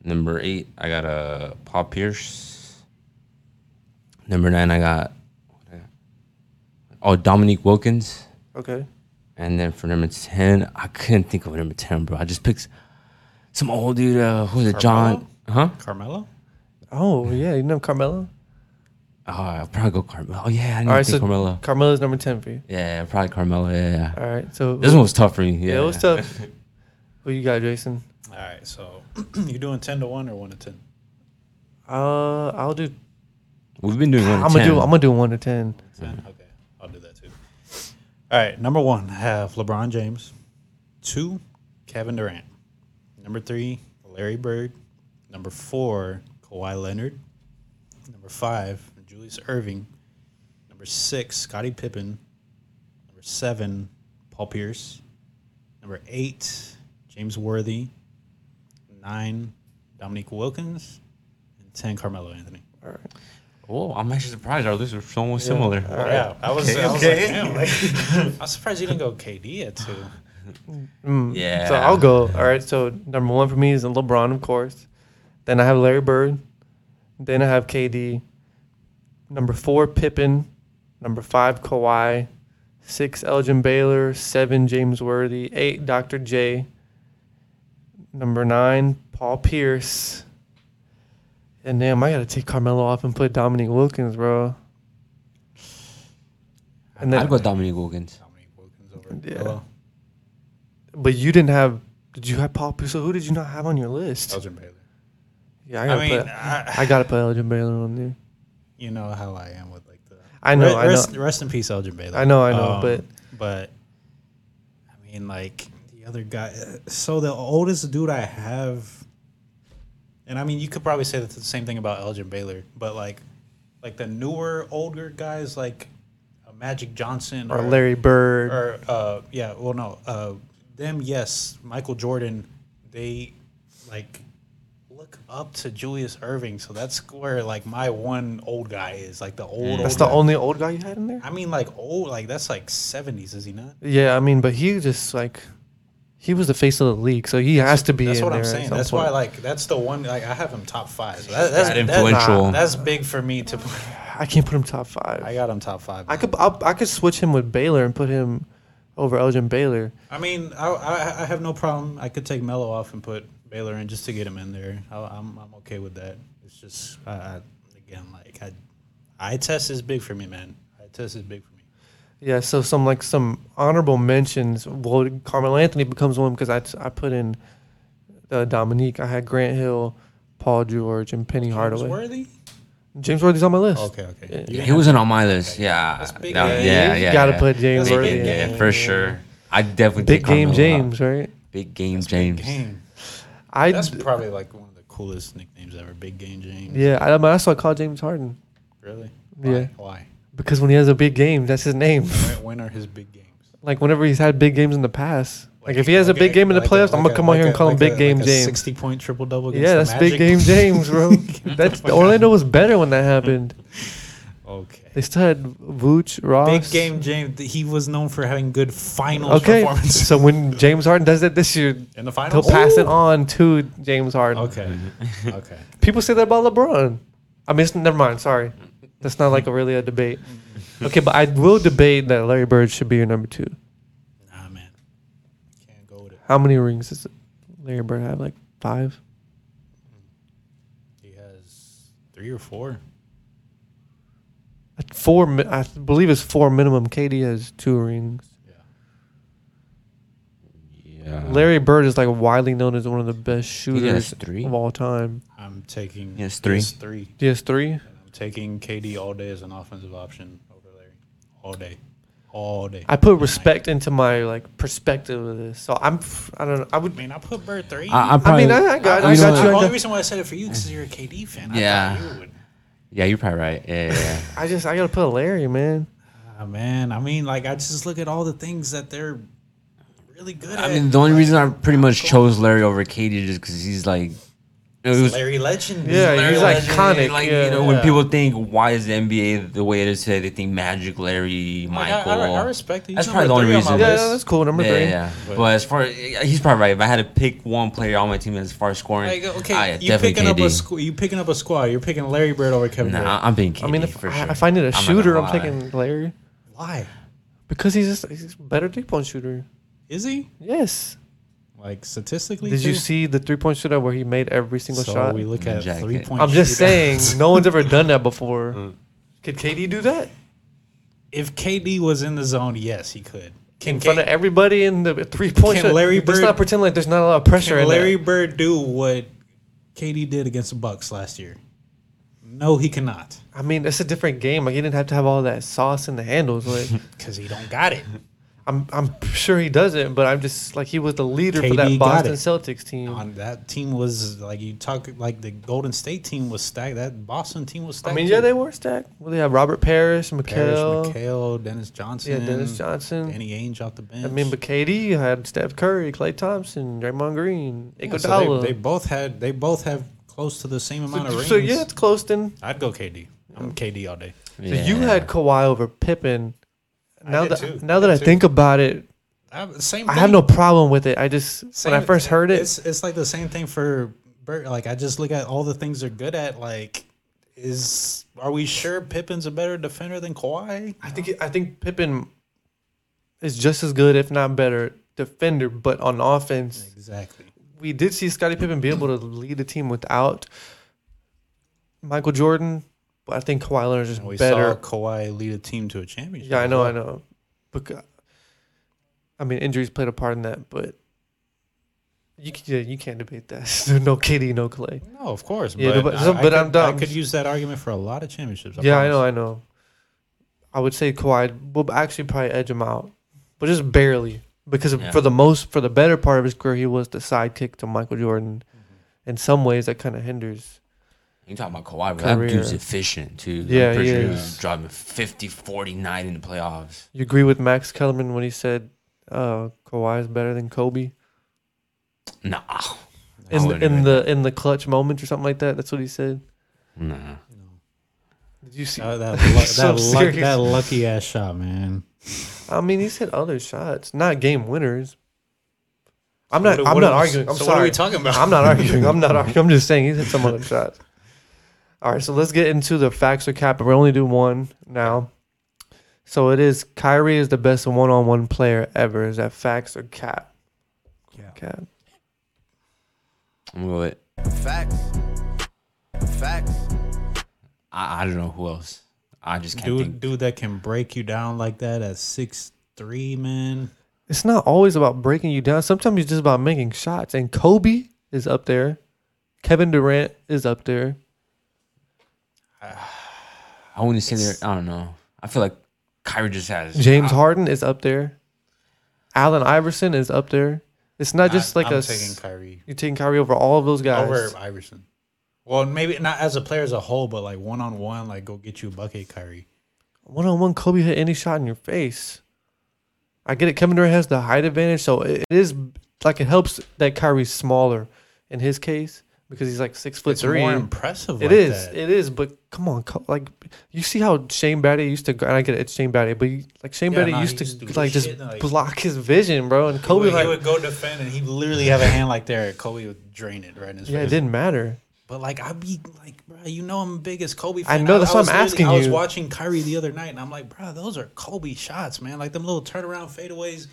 Number eight, I got uh, Paul Pierce. Number nine, I got, what I got? oh Dominique Wilkins. Okay. And then for number ten, I couldn't think of number ten, bro. I just picked some old dude. Uh, who's it, John? Huh? Carmelo? Oh yeah, you know Carmelo. Oh, I'll probably go Carmelo. Oh yeah, I need All right, to so think Carmelo. Carmelo's number ten for you. Yeah, probably Carmelo. Yeah, yeah. All right. So This one was tough for me. Yeah, yeah, it was tough. Who you got, Jason? All right, so you doing 10 to 1 or 1 to 10? Uh, I'll do. We've been doing one. I'm to gonna 10. do. I'm gonna do one to ten. 10? Okay, I'll do that too. All right, number one, I have LeBron James. Two, Kevin Durant. Number three, Larry Bird. Number four, Kawhi Leonard. Number five, Julius Irving. Number six, Scottie Pippen. Number seven, Paul Pierce. Number eight, James Worthy. Nine, Dominique Wilkins. And ten, Carmelo Anthony. All right. Oh, I'm actually surprised our lists are so similar. Yeah, I was, I was okay. like, damn, like, I was surprised you didn't go KD at two. Mm. Yeah. So I'll go. All right. So number one for me is LeBron, of course. Then I have Larry Bird. Then I have KD. Number four, Pippen. Number five, Kawhi. Six, Elgin Baylor. Seven, James Worthy. Eight, Dr. J. Number nine, Paul Pierce. And damn, I gotta take Carmelo off and put Dominique Wilkins, bro. And I'll then, go Dominique Wilkins. Dominique Wilkins over. Oh, Yeah. Hello. but you didn't have. Did you have Paul Pierce? So who did you not have on your list? Elgin Baylor. Yeah, I I gotta mean, put. I, I gotta put Elgin Baylor on there. you know how I am with like the. I know, I know. Rest, rest in peace, Elgin Baylor. I know, I know, Um, but but I mean, like the other guy. So the oldest dude I have, and I mean, you could probably say that's the same thing about Elgin Baylor, but like, like the newer, older guys, like uh, Magic Johnson or Larry Bird. or uh, yeah, well, no, uh, them, yes, Michael Jordan, they like look up to Julius Irving, so that's where like my one old guy is, like the old. that's old the guy. only old guy you had in there. I mean, like old, like that's like seventies, is he not? Yeah, I mean, but he just like he was the face of the league, so he has to be. That's in what I'm there at saying. some That's point. why, like, that's the one. Like, I have him top five. So that, that's that that's- influential. That's, big for me to. I can't put him top five. I I, got him top five. man. could I'll, I could switch him with Baylor and put him over Elgin Baylor. I mean, I, I I have no problem. I could take Mello off and put Baylor in just to get him in there. I, I'm I'm okay with that. It's just I, I, again like I, I test is big for me, man. I test is big for me. Yeah, so some like some honorable mentions. Well, Carmelo Anthony becomes one because I, I put in uh, Dominique. I had Grant Hill, Paul George, and Penny Hardaway. Oh, Worthy. James Worthy's on my list. Okay, okay. You didn't He have- wasn't on my list. Yeah. That's big No, game. yeah, You yeah. gotta yeah. put James Big Worthy game, in Yeah, there. for sure. I definitely Big take game Carmelo out. James, right? Big game Big James. game. I That's probably like one of the coolest nicknames ever. Big game James. Yeah, I, that's why I call James Harden Really? Yeah. Why? because when he has a big game, that's his name. Why? When- When are his big games? Like whenever he's had big games in the past, like, if he has a like big game in the like playoffs, like I'm gonna come out like here and call him like Big Game like James. Sixty point triple double. yeah, that's Big Game James, bro. that's Orlando was better when that happened. Okay. They still had Vooch, Ross. Big game, James. th- He was known for having good finals Okay, performances. so when James Harden does it this year, in he'll the finals. pass it on to James Harden. Okay. okay. People say that about LeBron. I mean, it's, never mind. Sorry, that's not like a, really a debate. Okay, but I will debate that Larry Bird should be your number two. Nah, man. Can't go with it. How many rings does Larry Bird have? Like Five? He has three or four. At Four, mi- I believe it's four minimum. KD has two rings. Yeah. Larry Bird is like widely known as one of the best has shooters three? of all time. I'm taking He has three. He has three. He has three. And I'm taking KD all day as an offensive option over Larry. All day. All day. I put respect into my like perspective of this, so I'm f- I don't know. I would. I mean, I put Bird three. I, am I probably, mean, I, I got, I You know got what? you. I, The only got- reason why I said it for you because you're a KD fan. I Yeah. thought you would. yeah, you're probably right. Yeah, yeah, yeah. I just I gotta put Larry, man. Ah, man, I mean, like I just look at all the things that they're really good at. I mean, the only reason I pretty much chose Larry over Katie is because he's like, it was Larry Legend. Yeah, Larry he's like Legend, iconic, Like yeah. you know, when Yeah. people think why is the NBA the way it is today, they think Magic, Larry, Like, I- Michael. I, I respect it. That's He's probably the number only three on my reason. Yeah, list. yeah, that's cool. Number yeah, three. yeah. But, as far he's probably right. If I had to pick one player on my team as far as scoring, Like, okay, I, you definitely picking up a KD. squ- you picking up a squad. You're picking Larry Bird over Kevin Nah, Durant. I'm picking KD. I mean, if, for I, sure. if I need a not gonna shooter, I'm lie. taking Larry Why because he's just he's a better three point shooter. is he Yes. like statistically? Did you too? see the three point shooter where he made every single So shot? we look at Jacket. three point. I'm just saying, no one's ever done that before. Could KD do that if KD was in the zone, yes, he could. Can, in front of everybody in the three point? Can Larry Let's Bird- not pretend like there's not a lot of pressure. Can in Larry Larry, Bird do what KD did against the Bucks last year? No, he cannot, I mean, it's a different game. Like he didn't have to have all that sauce in the handles. Like because he don't got it. I'm, I'm sure he doesn't. But I'm just like he was the leader for KD that got Boston it. Celtics team. On that team was like you talk like the Golden State team was stacked. That Boston team was I stacked. mean, yeah, too. they were stacked. Well, they have Robert Parrish, Parrish, McHale, McHale, Dennis Johnson, yeah, Dennis Johnson. Danny Ainge off the bench. I mean, but KD had Steph Curry, Klay Thompson, Draymond Green, Yeah, Iguodala. so they, they both had they both have close to the same amount of So, rings. so, yeah, it's close then. I'd go KD. I'm KD all day. So you had Kawhi over Pippen. Now did that too. now that I I did think about it, I have, same. I have thing. no problem with it. I just Same- when I first heard it, it's it's like the same thing for Bert. Like I just look at all the things they're good at. Like, is are we sure Pippen's a better defender than Kawhi? I think I think Pippen is just as good, if not better, defender. But on offense, Exactly. we did see Scottie Pippen be able to lead the team without Michael Jordan. But I think Kawhi Leonard is And we just better saw Kawhi lead a team to a championship. Yeah, I know, I know. Because, I mean, injuries played a part in that, but you c- yeah, you can't debate that. no Kitty, no Clay. No, of course. Yeah, but, but- I- so- I but could, I'm dumb. I could use that argument for a lot of championships. yeah, I know, promise. I know. I would say Kawhi will actually probably edge him out, but just barely because Yeah. for the most for the better part of his career, he was the sidekick to Michael Jordan. Mm-hmm. In some ways, that kind of hinders. You talking about Kawhi, but that Career. dude's efficient too. Yeah, I'm pretty he sure he is. was driving 50, 49 in the playoffs. You agree with Max Kellerman when he said uh, Kawhi is better than Kobe Nah, I in wouldn't in agree. the in the clutch moments or something like that. That's what he said. nah. Did you see? Uh, that, lu- So that, luck- serious. that lucky ass shot, man. I mean, he's hit other shots, not game winners. I'm What not. are- I'm what not are- arguing. I'm so what are sorry. we talking about? I'm not arguing. I'm not arguing. I'm just saying he's hit some other shots. All right, so let's get into the facts or cap. We're only doing one now. So it is Kyrie is the best one-on-one player ever. Is that facts or cap? Yeah. Cap. I'm gonna go with- Facts. Facts. I, I don't know who else. I just can't Dude, think. dude that can break you down like that at six three, man. It's not always about breaking you down. Sometimes it's just about making shots. And Kobe is up there. Kevin Durant is up there. I wouldn't say there. I don't know. I feel like Kyrie just has James I- Harden is up there. Allen Iverson is up there. It's not just like I'm a. taking s- Kyrie You're taking Kyrie over all of those guys. over Iverson. Well, maybe not as a player as a whole, but like one on one, like go get you a bucket, Kyrie. One on one, Kobe hit any shot in your face. I get it. Kevin Durant has the height advantage, so it it is like it helps that Kyrie's smaller in his case because he's like six foot It's three. more impressive. It like is, that. It is. But come on, co- like you see how Shane Batty used to. And I get it, it's Shane Batty, but you, like Shane Yeah, Batty nah, used he used to to do like this just shit, like- block his vision, bro. And Kobe he, would, like he would go defend, and he'd literally have a hand like there. Kobe would drain it right in his yeah, it face. didn't matter. But like I'd be like, bro, you know I'm the biggest Kobe I fan. know, that's what was I'm literally- asking I was you. watching Kyrie the other night, and I'm like, bro, those are Kobe shots, man. Like them little turnaround fadeaways,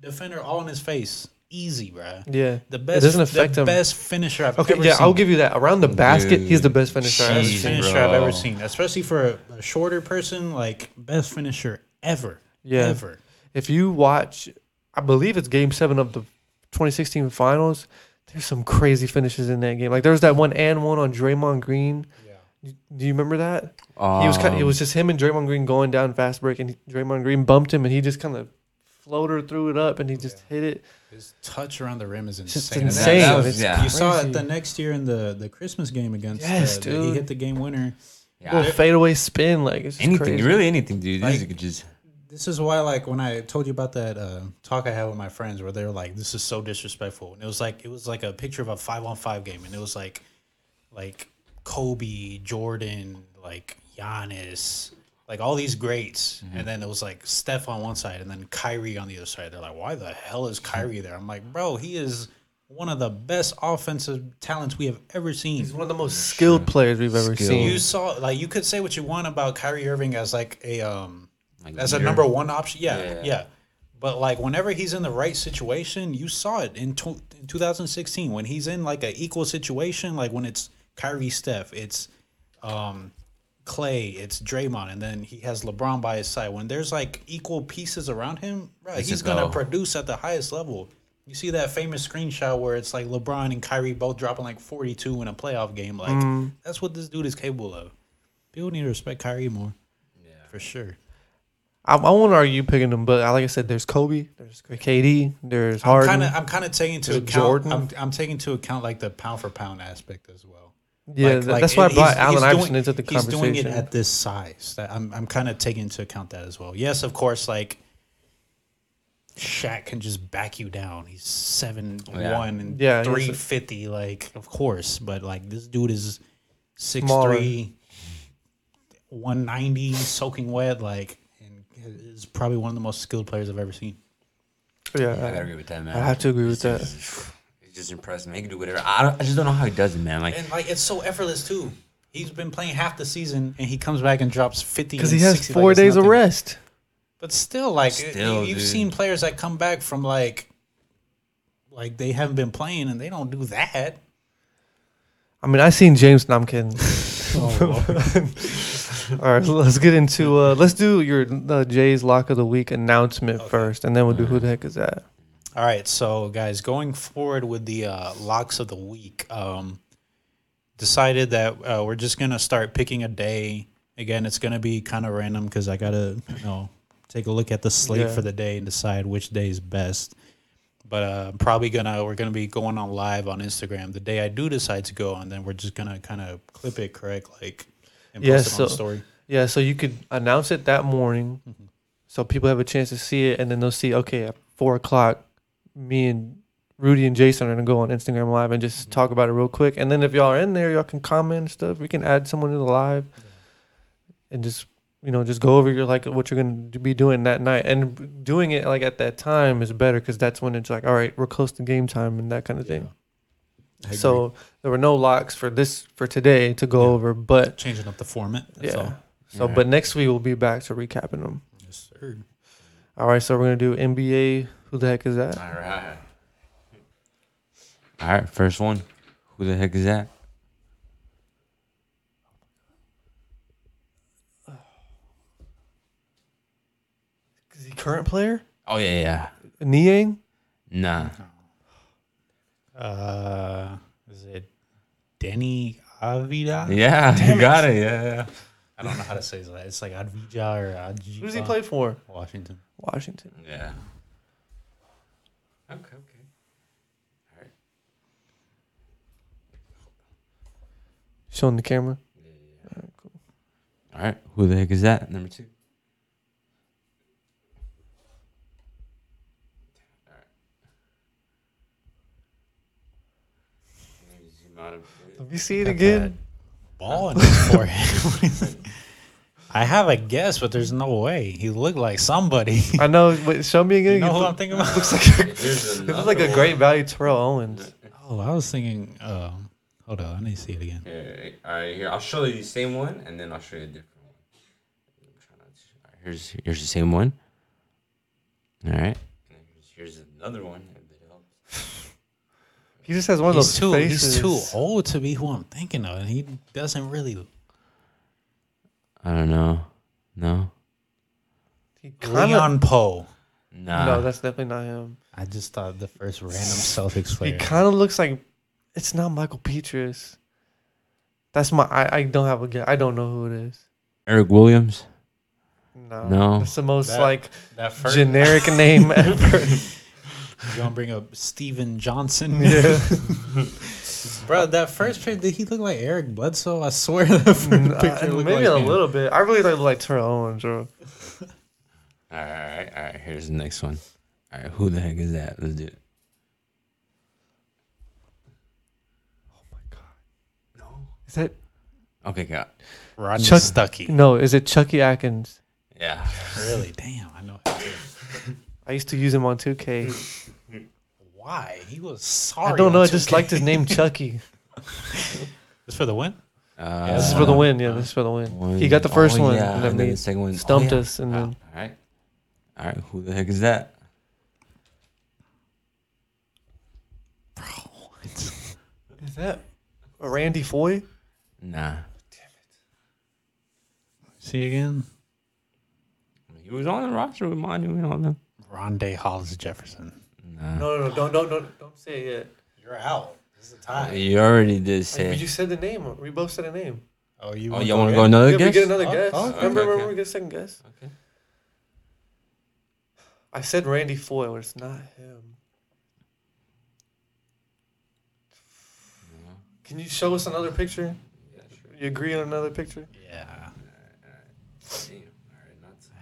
defender all in his face. easy, bruh. Yeah. The best, It doesn't affect the him. best finisher I've Okay, ever yeah, seen. I'll give you that. Around the basket, he's the best finisher. I've best Jeez, seen. finisher I've ever bro. seen, especially for a, a shorter person. Like best finisher ever, Yeah. ever. If you watch, I believe it's Game Seven of the 2016 Finals. There's some crazy finishes in that game. Like there was that one and one on Draymond Green. Yeah. Do you remember that? he was um, kind. It Um. was just him and Draymond Green going down fast break, and he, Draymond Green bumped him, and he just kind of floater threw it up, and he just hit it. His touch around the rim is insane. It's And that- insane. that was- It's yeah. You saw crazy. it the next year in the, the Christmas game against. Yes, uh, the- He dude. hit the game winner. Yeah. little fadeaway spin. Like it's just anything, crazy. really anything, dude. These Like- could just This is why, like, when I told you about that uh, talk I had with my friends, where they were like, "This is so disrespectful," and it was like, it was like a picture of a five-on-five game, and it was like, like Kobe, Jordan, like Giannis, like all these greats, Mm-hmm. and then it was like Steph on one side, and then Kyrie on the other side. They're like, "Why the hell is Kyrie there?" I'm like, "Bro, he is one of the best offensive talents we have ever seen." He's one of the most skilled players we've ever Skilled. seen. You saw like you could say what you want about Kyrie Irving as like a um Like as a leader. number one option. Yeah, Yeah. yeah. But like whenever he's in the right situation, you saw it in, tw in 2016 when he's in like an equal situation, like when it's Kyrie, Steph, it's um Clay, it's Draymond, and then he has LeBron by his side. When there's like equal pieces around him, right, It's he's a gonna go. produce at the highest level. You see that famous screenshot where it's like LeBron and Kyrie both dropping like 42 in a playoff game. Like Mm-hmm. that's what this dude is capable of. People need to respect Kyrie more. Yeah, for sure. I, I won't argue picking them, but I- like I said, there's Kobe, there's KD, there's Harden. Kind of, I'm kind of taking into Is it account. Jordan? I'm, I'm taking into account like the pound for pound aspect as well. yeah, Like- th- like, that's why I it- brought he's- Allen he's Iverson doing- into the he's conversation. doing it at this size. That I'm, I'm kind of taking into account that as well. Yes, of course, like Shaq can just back you down. He's seven Yeah. one and Yeah, he's a- three fifty. Like of course, but like this dude is six Smaller. three, one ninety, soaking wet. Like and is probably one of the most skilled players I've ever seen. yeah, I gotta I- agree with that, man. uh, I have to agree with It's that. just- It's just impressive. man. He can do whatever. I, don't, I just don't know how he does it, man. Like, and like it's so effortless too. He's been playing half the season, and he comes back and drops fifty. Because Because he has four days of rest. But still, like it- Still, you've dude. seen players that come back from like, like they haven't been playing, and they don't do that. I mean, I seen James. No, I'm kidding. Oh, All right, let's get into. Uh, let's do your uh, Jay's lock of the week announcement first, and then we'll do who the heck is that. All right, so guys, going forward with the uh, locks of the week, um, decided that uh, we're just gonna start picking a day. Again, it's gonna be kind of random because I gotta, you know, take a look at the slate Yeah. for the day and decide which day is best. But uh, I'm probably gonna we're gonna be going on live on Instagram the day I do decide to go, and then we're just gonna kind of clip it correct, like and Yeah, post it on so- the story. Yeah, so you could announce it that morning, so people have a chance to see it, and then they'll see. Okay, at four o'clock, me and Rudy and Jason are gonna go on Instagram Live and Mm-hmm. just talk about it real quick. And then if y'all are in there, y'all can comment and stuff. We can add someone to the live, and just you know just go over your like what you're gonna be doing that night. And doing it like at that time is better because that's when it's like, all right, we're close to game time and that kind of thing. I agree. So there were no locks for this for today to go over, but changing up the format. That's yeah. all. So, but next week we'll be back to recapping them. Yes, sir. All right, so we're gonna do NBA. Who the heck is that? all right. All right, first one. Who the heck is that? Is he current player? Oh yeah, yeah. Niang? Nah. Uh, is it Denny Avida? Yeah, you got it. Yeah, yeah. I don't know how to say that. It's like Advija or Adji. Who does he play for? Washington. Washington. Yeah. Okay, okay. All right. Showing the camera. All right. Who the heck is that? Number two. Let me see it again. Ball in his forehead. I have a guess, but there's no way. He looked like somebody. I know. Wait, show me again. you know It who I'm look- thinking about? looks like a, it looks like a great value Terrell Owens. oh, I was thinking. Um, hold on, I need to see it again. all right, here. I'll show you the same one, and then I'll show you a different one. All right, here's here's the same one. All right. And then here's, here's another one. If it helps. He just has one of those He's too faces. he's too old to be who I'm thinking of, and he doesn't really I don't know. No. He kinda- Leon Poe. Nah. no, that's definitely not him. I just thought the first random Celtics He player. kind of looks like it's not Michael Petrus. That's my. I, I don't have a guess. I don't know who it is. Eric Williams. No, No. That's the most That- like that first, generic name ever. you gonna bring up Steven Johnson, Yeah. bro? That first picture, did he look like Eric Bledsoe? I swear that first Mm, uh, picture looked maybe like a him. little bit. I really like like Terrell Owens, bro. All right, all right, all right. Here's the next one. All right, who the heck is that? Let's do it. Is that Okay, God. Rodney Chuck- Mm. Stuckey. no? Is it Chucky Atkins? Yeah. Really? Damn, I know. I used to use him on 2K. Why he was I sorry. don't on know. I 2K. just liked his name, Chucky. It's for the win. Uh, This is for the win. Yeah, this is for the win. he got the one- first oh, one, yeah, and then the they second one. stumped oh, yeah. us, and then All right. All right, who the heck is that? is that Randy Foy? Nah. See again. He was on the roster with Manu and all them. Rondé Hollis Jefferson. No, no, no, don't, don't, don't, don't say it You're out. This is the time. You already did yet. Like, say. you said the name. We both said the name. Oh, you. oh, wanna y'all want to go in? another Yeah, we guess? get another Oh, guess. oh, okay, remember, okay. remember, we get a second guess. Okay. I said Randy Foy, but it's not him. Can you show us another picture? You agree on another picture? Yeah. I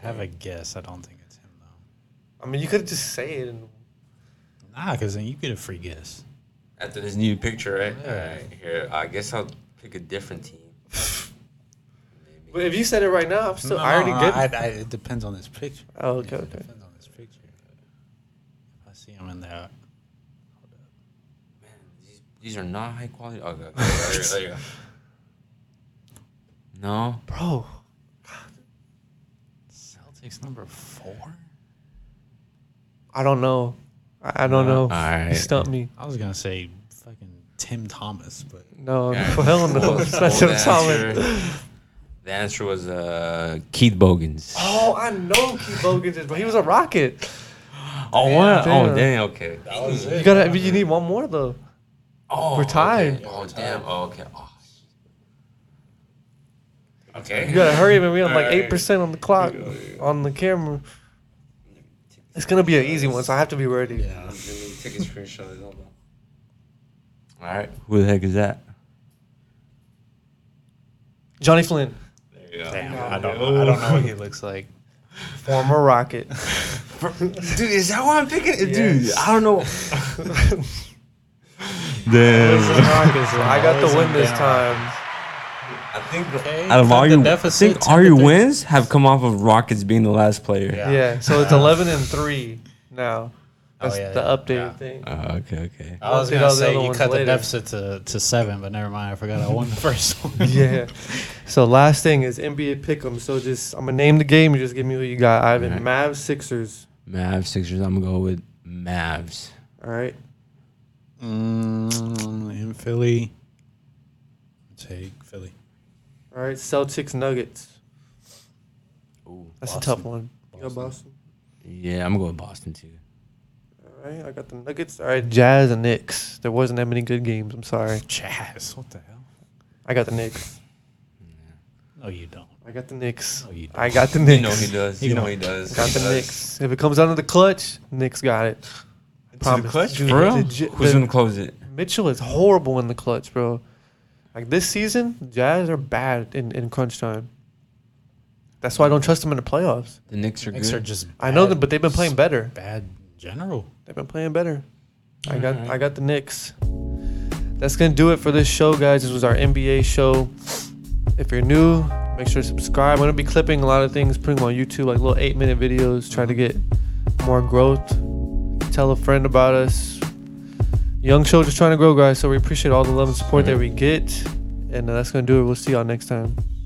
have a guess. I don't think it's him though. I mean, you could just say it. And Nah, because then you get a free guess. After this new picture, right? All right, here. I guess I'll pick a different team. but if you said it right now, I'm still. No, I already no, get. I, I, it depends on this picture. Oh, okay, Yeah, It okay. depends on this picture. If I see him in there, These, these are not high quality. Okay, okay, there, you- there you go. No. bro. Celtics number four. I don't know. I, I don't know. all right. You stumped me. I was gonna say fucking Tim Thomas, but No, Yeah. no, hell no. Well, It's well, not Tim the Thomas. answer- The answer was uh, Keith Bogans. Oh, I know Keith Bogans is, but he was a rocket. Oh, what? damn. Oh, dang. Okay. You gotta. You need one more though. Oh, We're tied. okay. Oh, damn. Oh, okay. Oh. Okay. You gotta hurry, man. We have like Alright. eight percent on the clock, on the camera. It's gonna be an easy one, so I have to be ready. Let me take a screenshot. Hold on. All right. Who the heck is that? Johnny Flynn, There you go. damn, I don't, know, I don't know what he looks like. former Rocket. Dude, is that what I'm picking? Yes. Dude, I don't know. Damn. I got the win this time. I think Okay, out of cut all the your, deficit, think cut all the your deficit. wins have come off of Rockets being the last player. Yeah. Oh, Yeah. so it's eleven and three now. That's yeah, the yeah, updated yeah. thing. Oh, okay, okay. I was I'll see gonna those say other you ones cut later. the deficit to, to seven, but never mind. I forgot I won the first one. Yeah. So last thing is NBA Pick'em. So just I'm gonna name the game. You just give me who you got. Ivan, Alright. Mavs, Sixers. Mavs, Sixers. I'm gonna go with Mavs. All right. Mm, in Philly, take Philly. All right. Celtics, Nuggets. Ooh. That's Boston. a tough one. You got Boston. Boston. Yeah, I'm gonna go with Boston too. All right. I got the Nuggets. All right. Jazz and Knicks. There wasn't that many good games. I'm sorry. Jazz, what the hell? I got the Knicks. No, you don't. I got the Knicks. No, you don't. I got the Knicks. does. You know he does. Got the Knicks. If it comes down to the clutch, Knicks got it. Promise. Dude, For real? the J- Who's the- gonna close it? Mitchell is horrible in the clutch, bro. Like this season, Jazz are bad in, in crunch time. That's why I don't trust them in the playoffs. The Knicks are Knicks good. are just. I know bad- them, but they've been playing better. bad in general. They've been playing better. I got I got the Knicks. That's gonna do it for this show, guys. This was our NBA show. If you're new, make sure to subscribe. I'm gonna be clipping a lot of things, putting them on YouTube, like little eight minute videos, trying to get more growth. Tell a friend about us. Young show just trying to grow, guys. So we appreciate all the love and support that we get. And uh, that's gonna do it. We'll see y'all next time.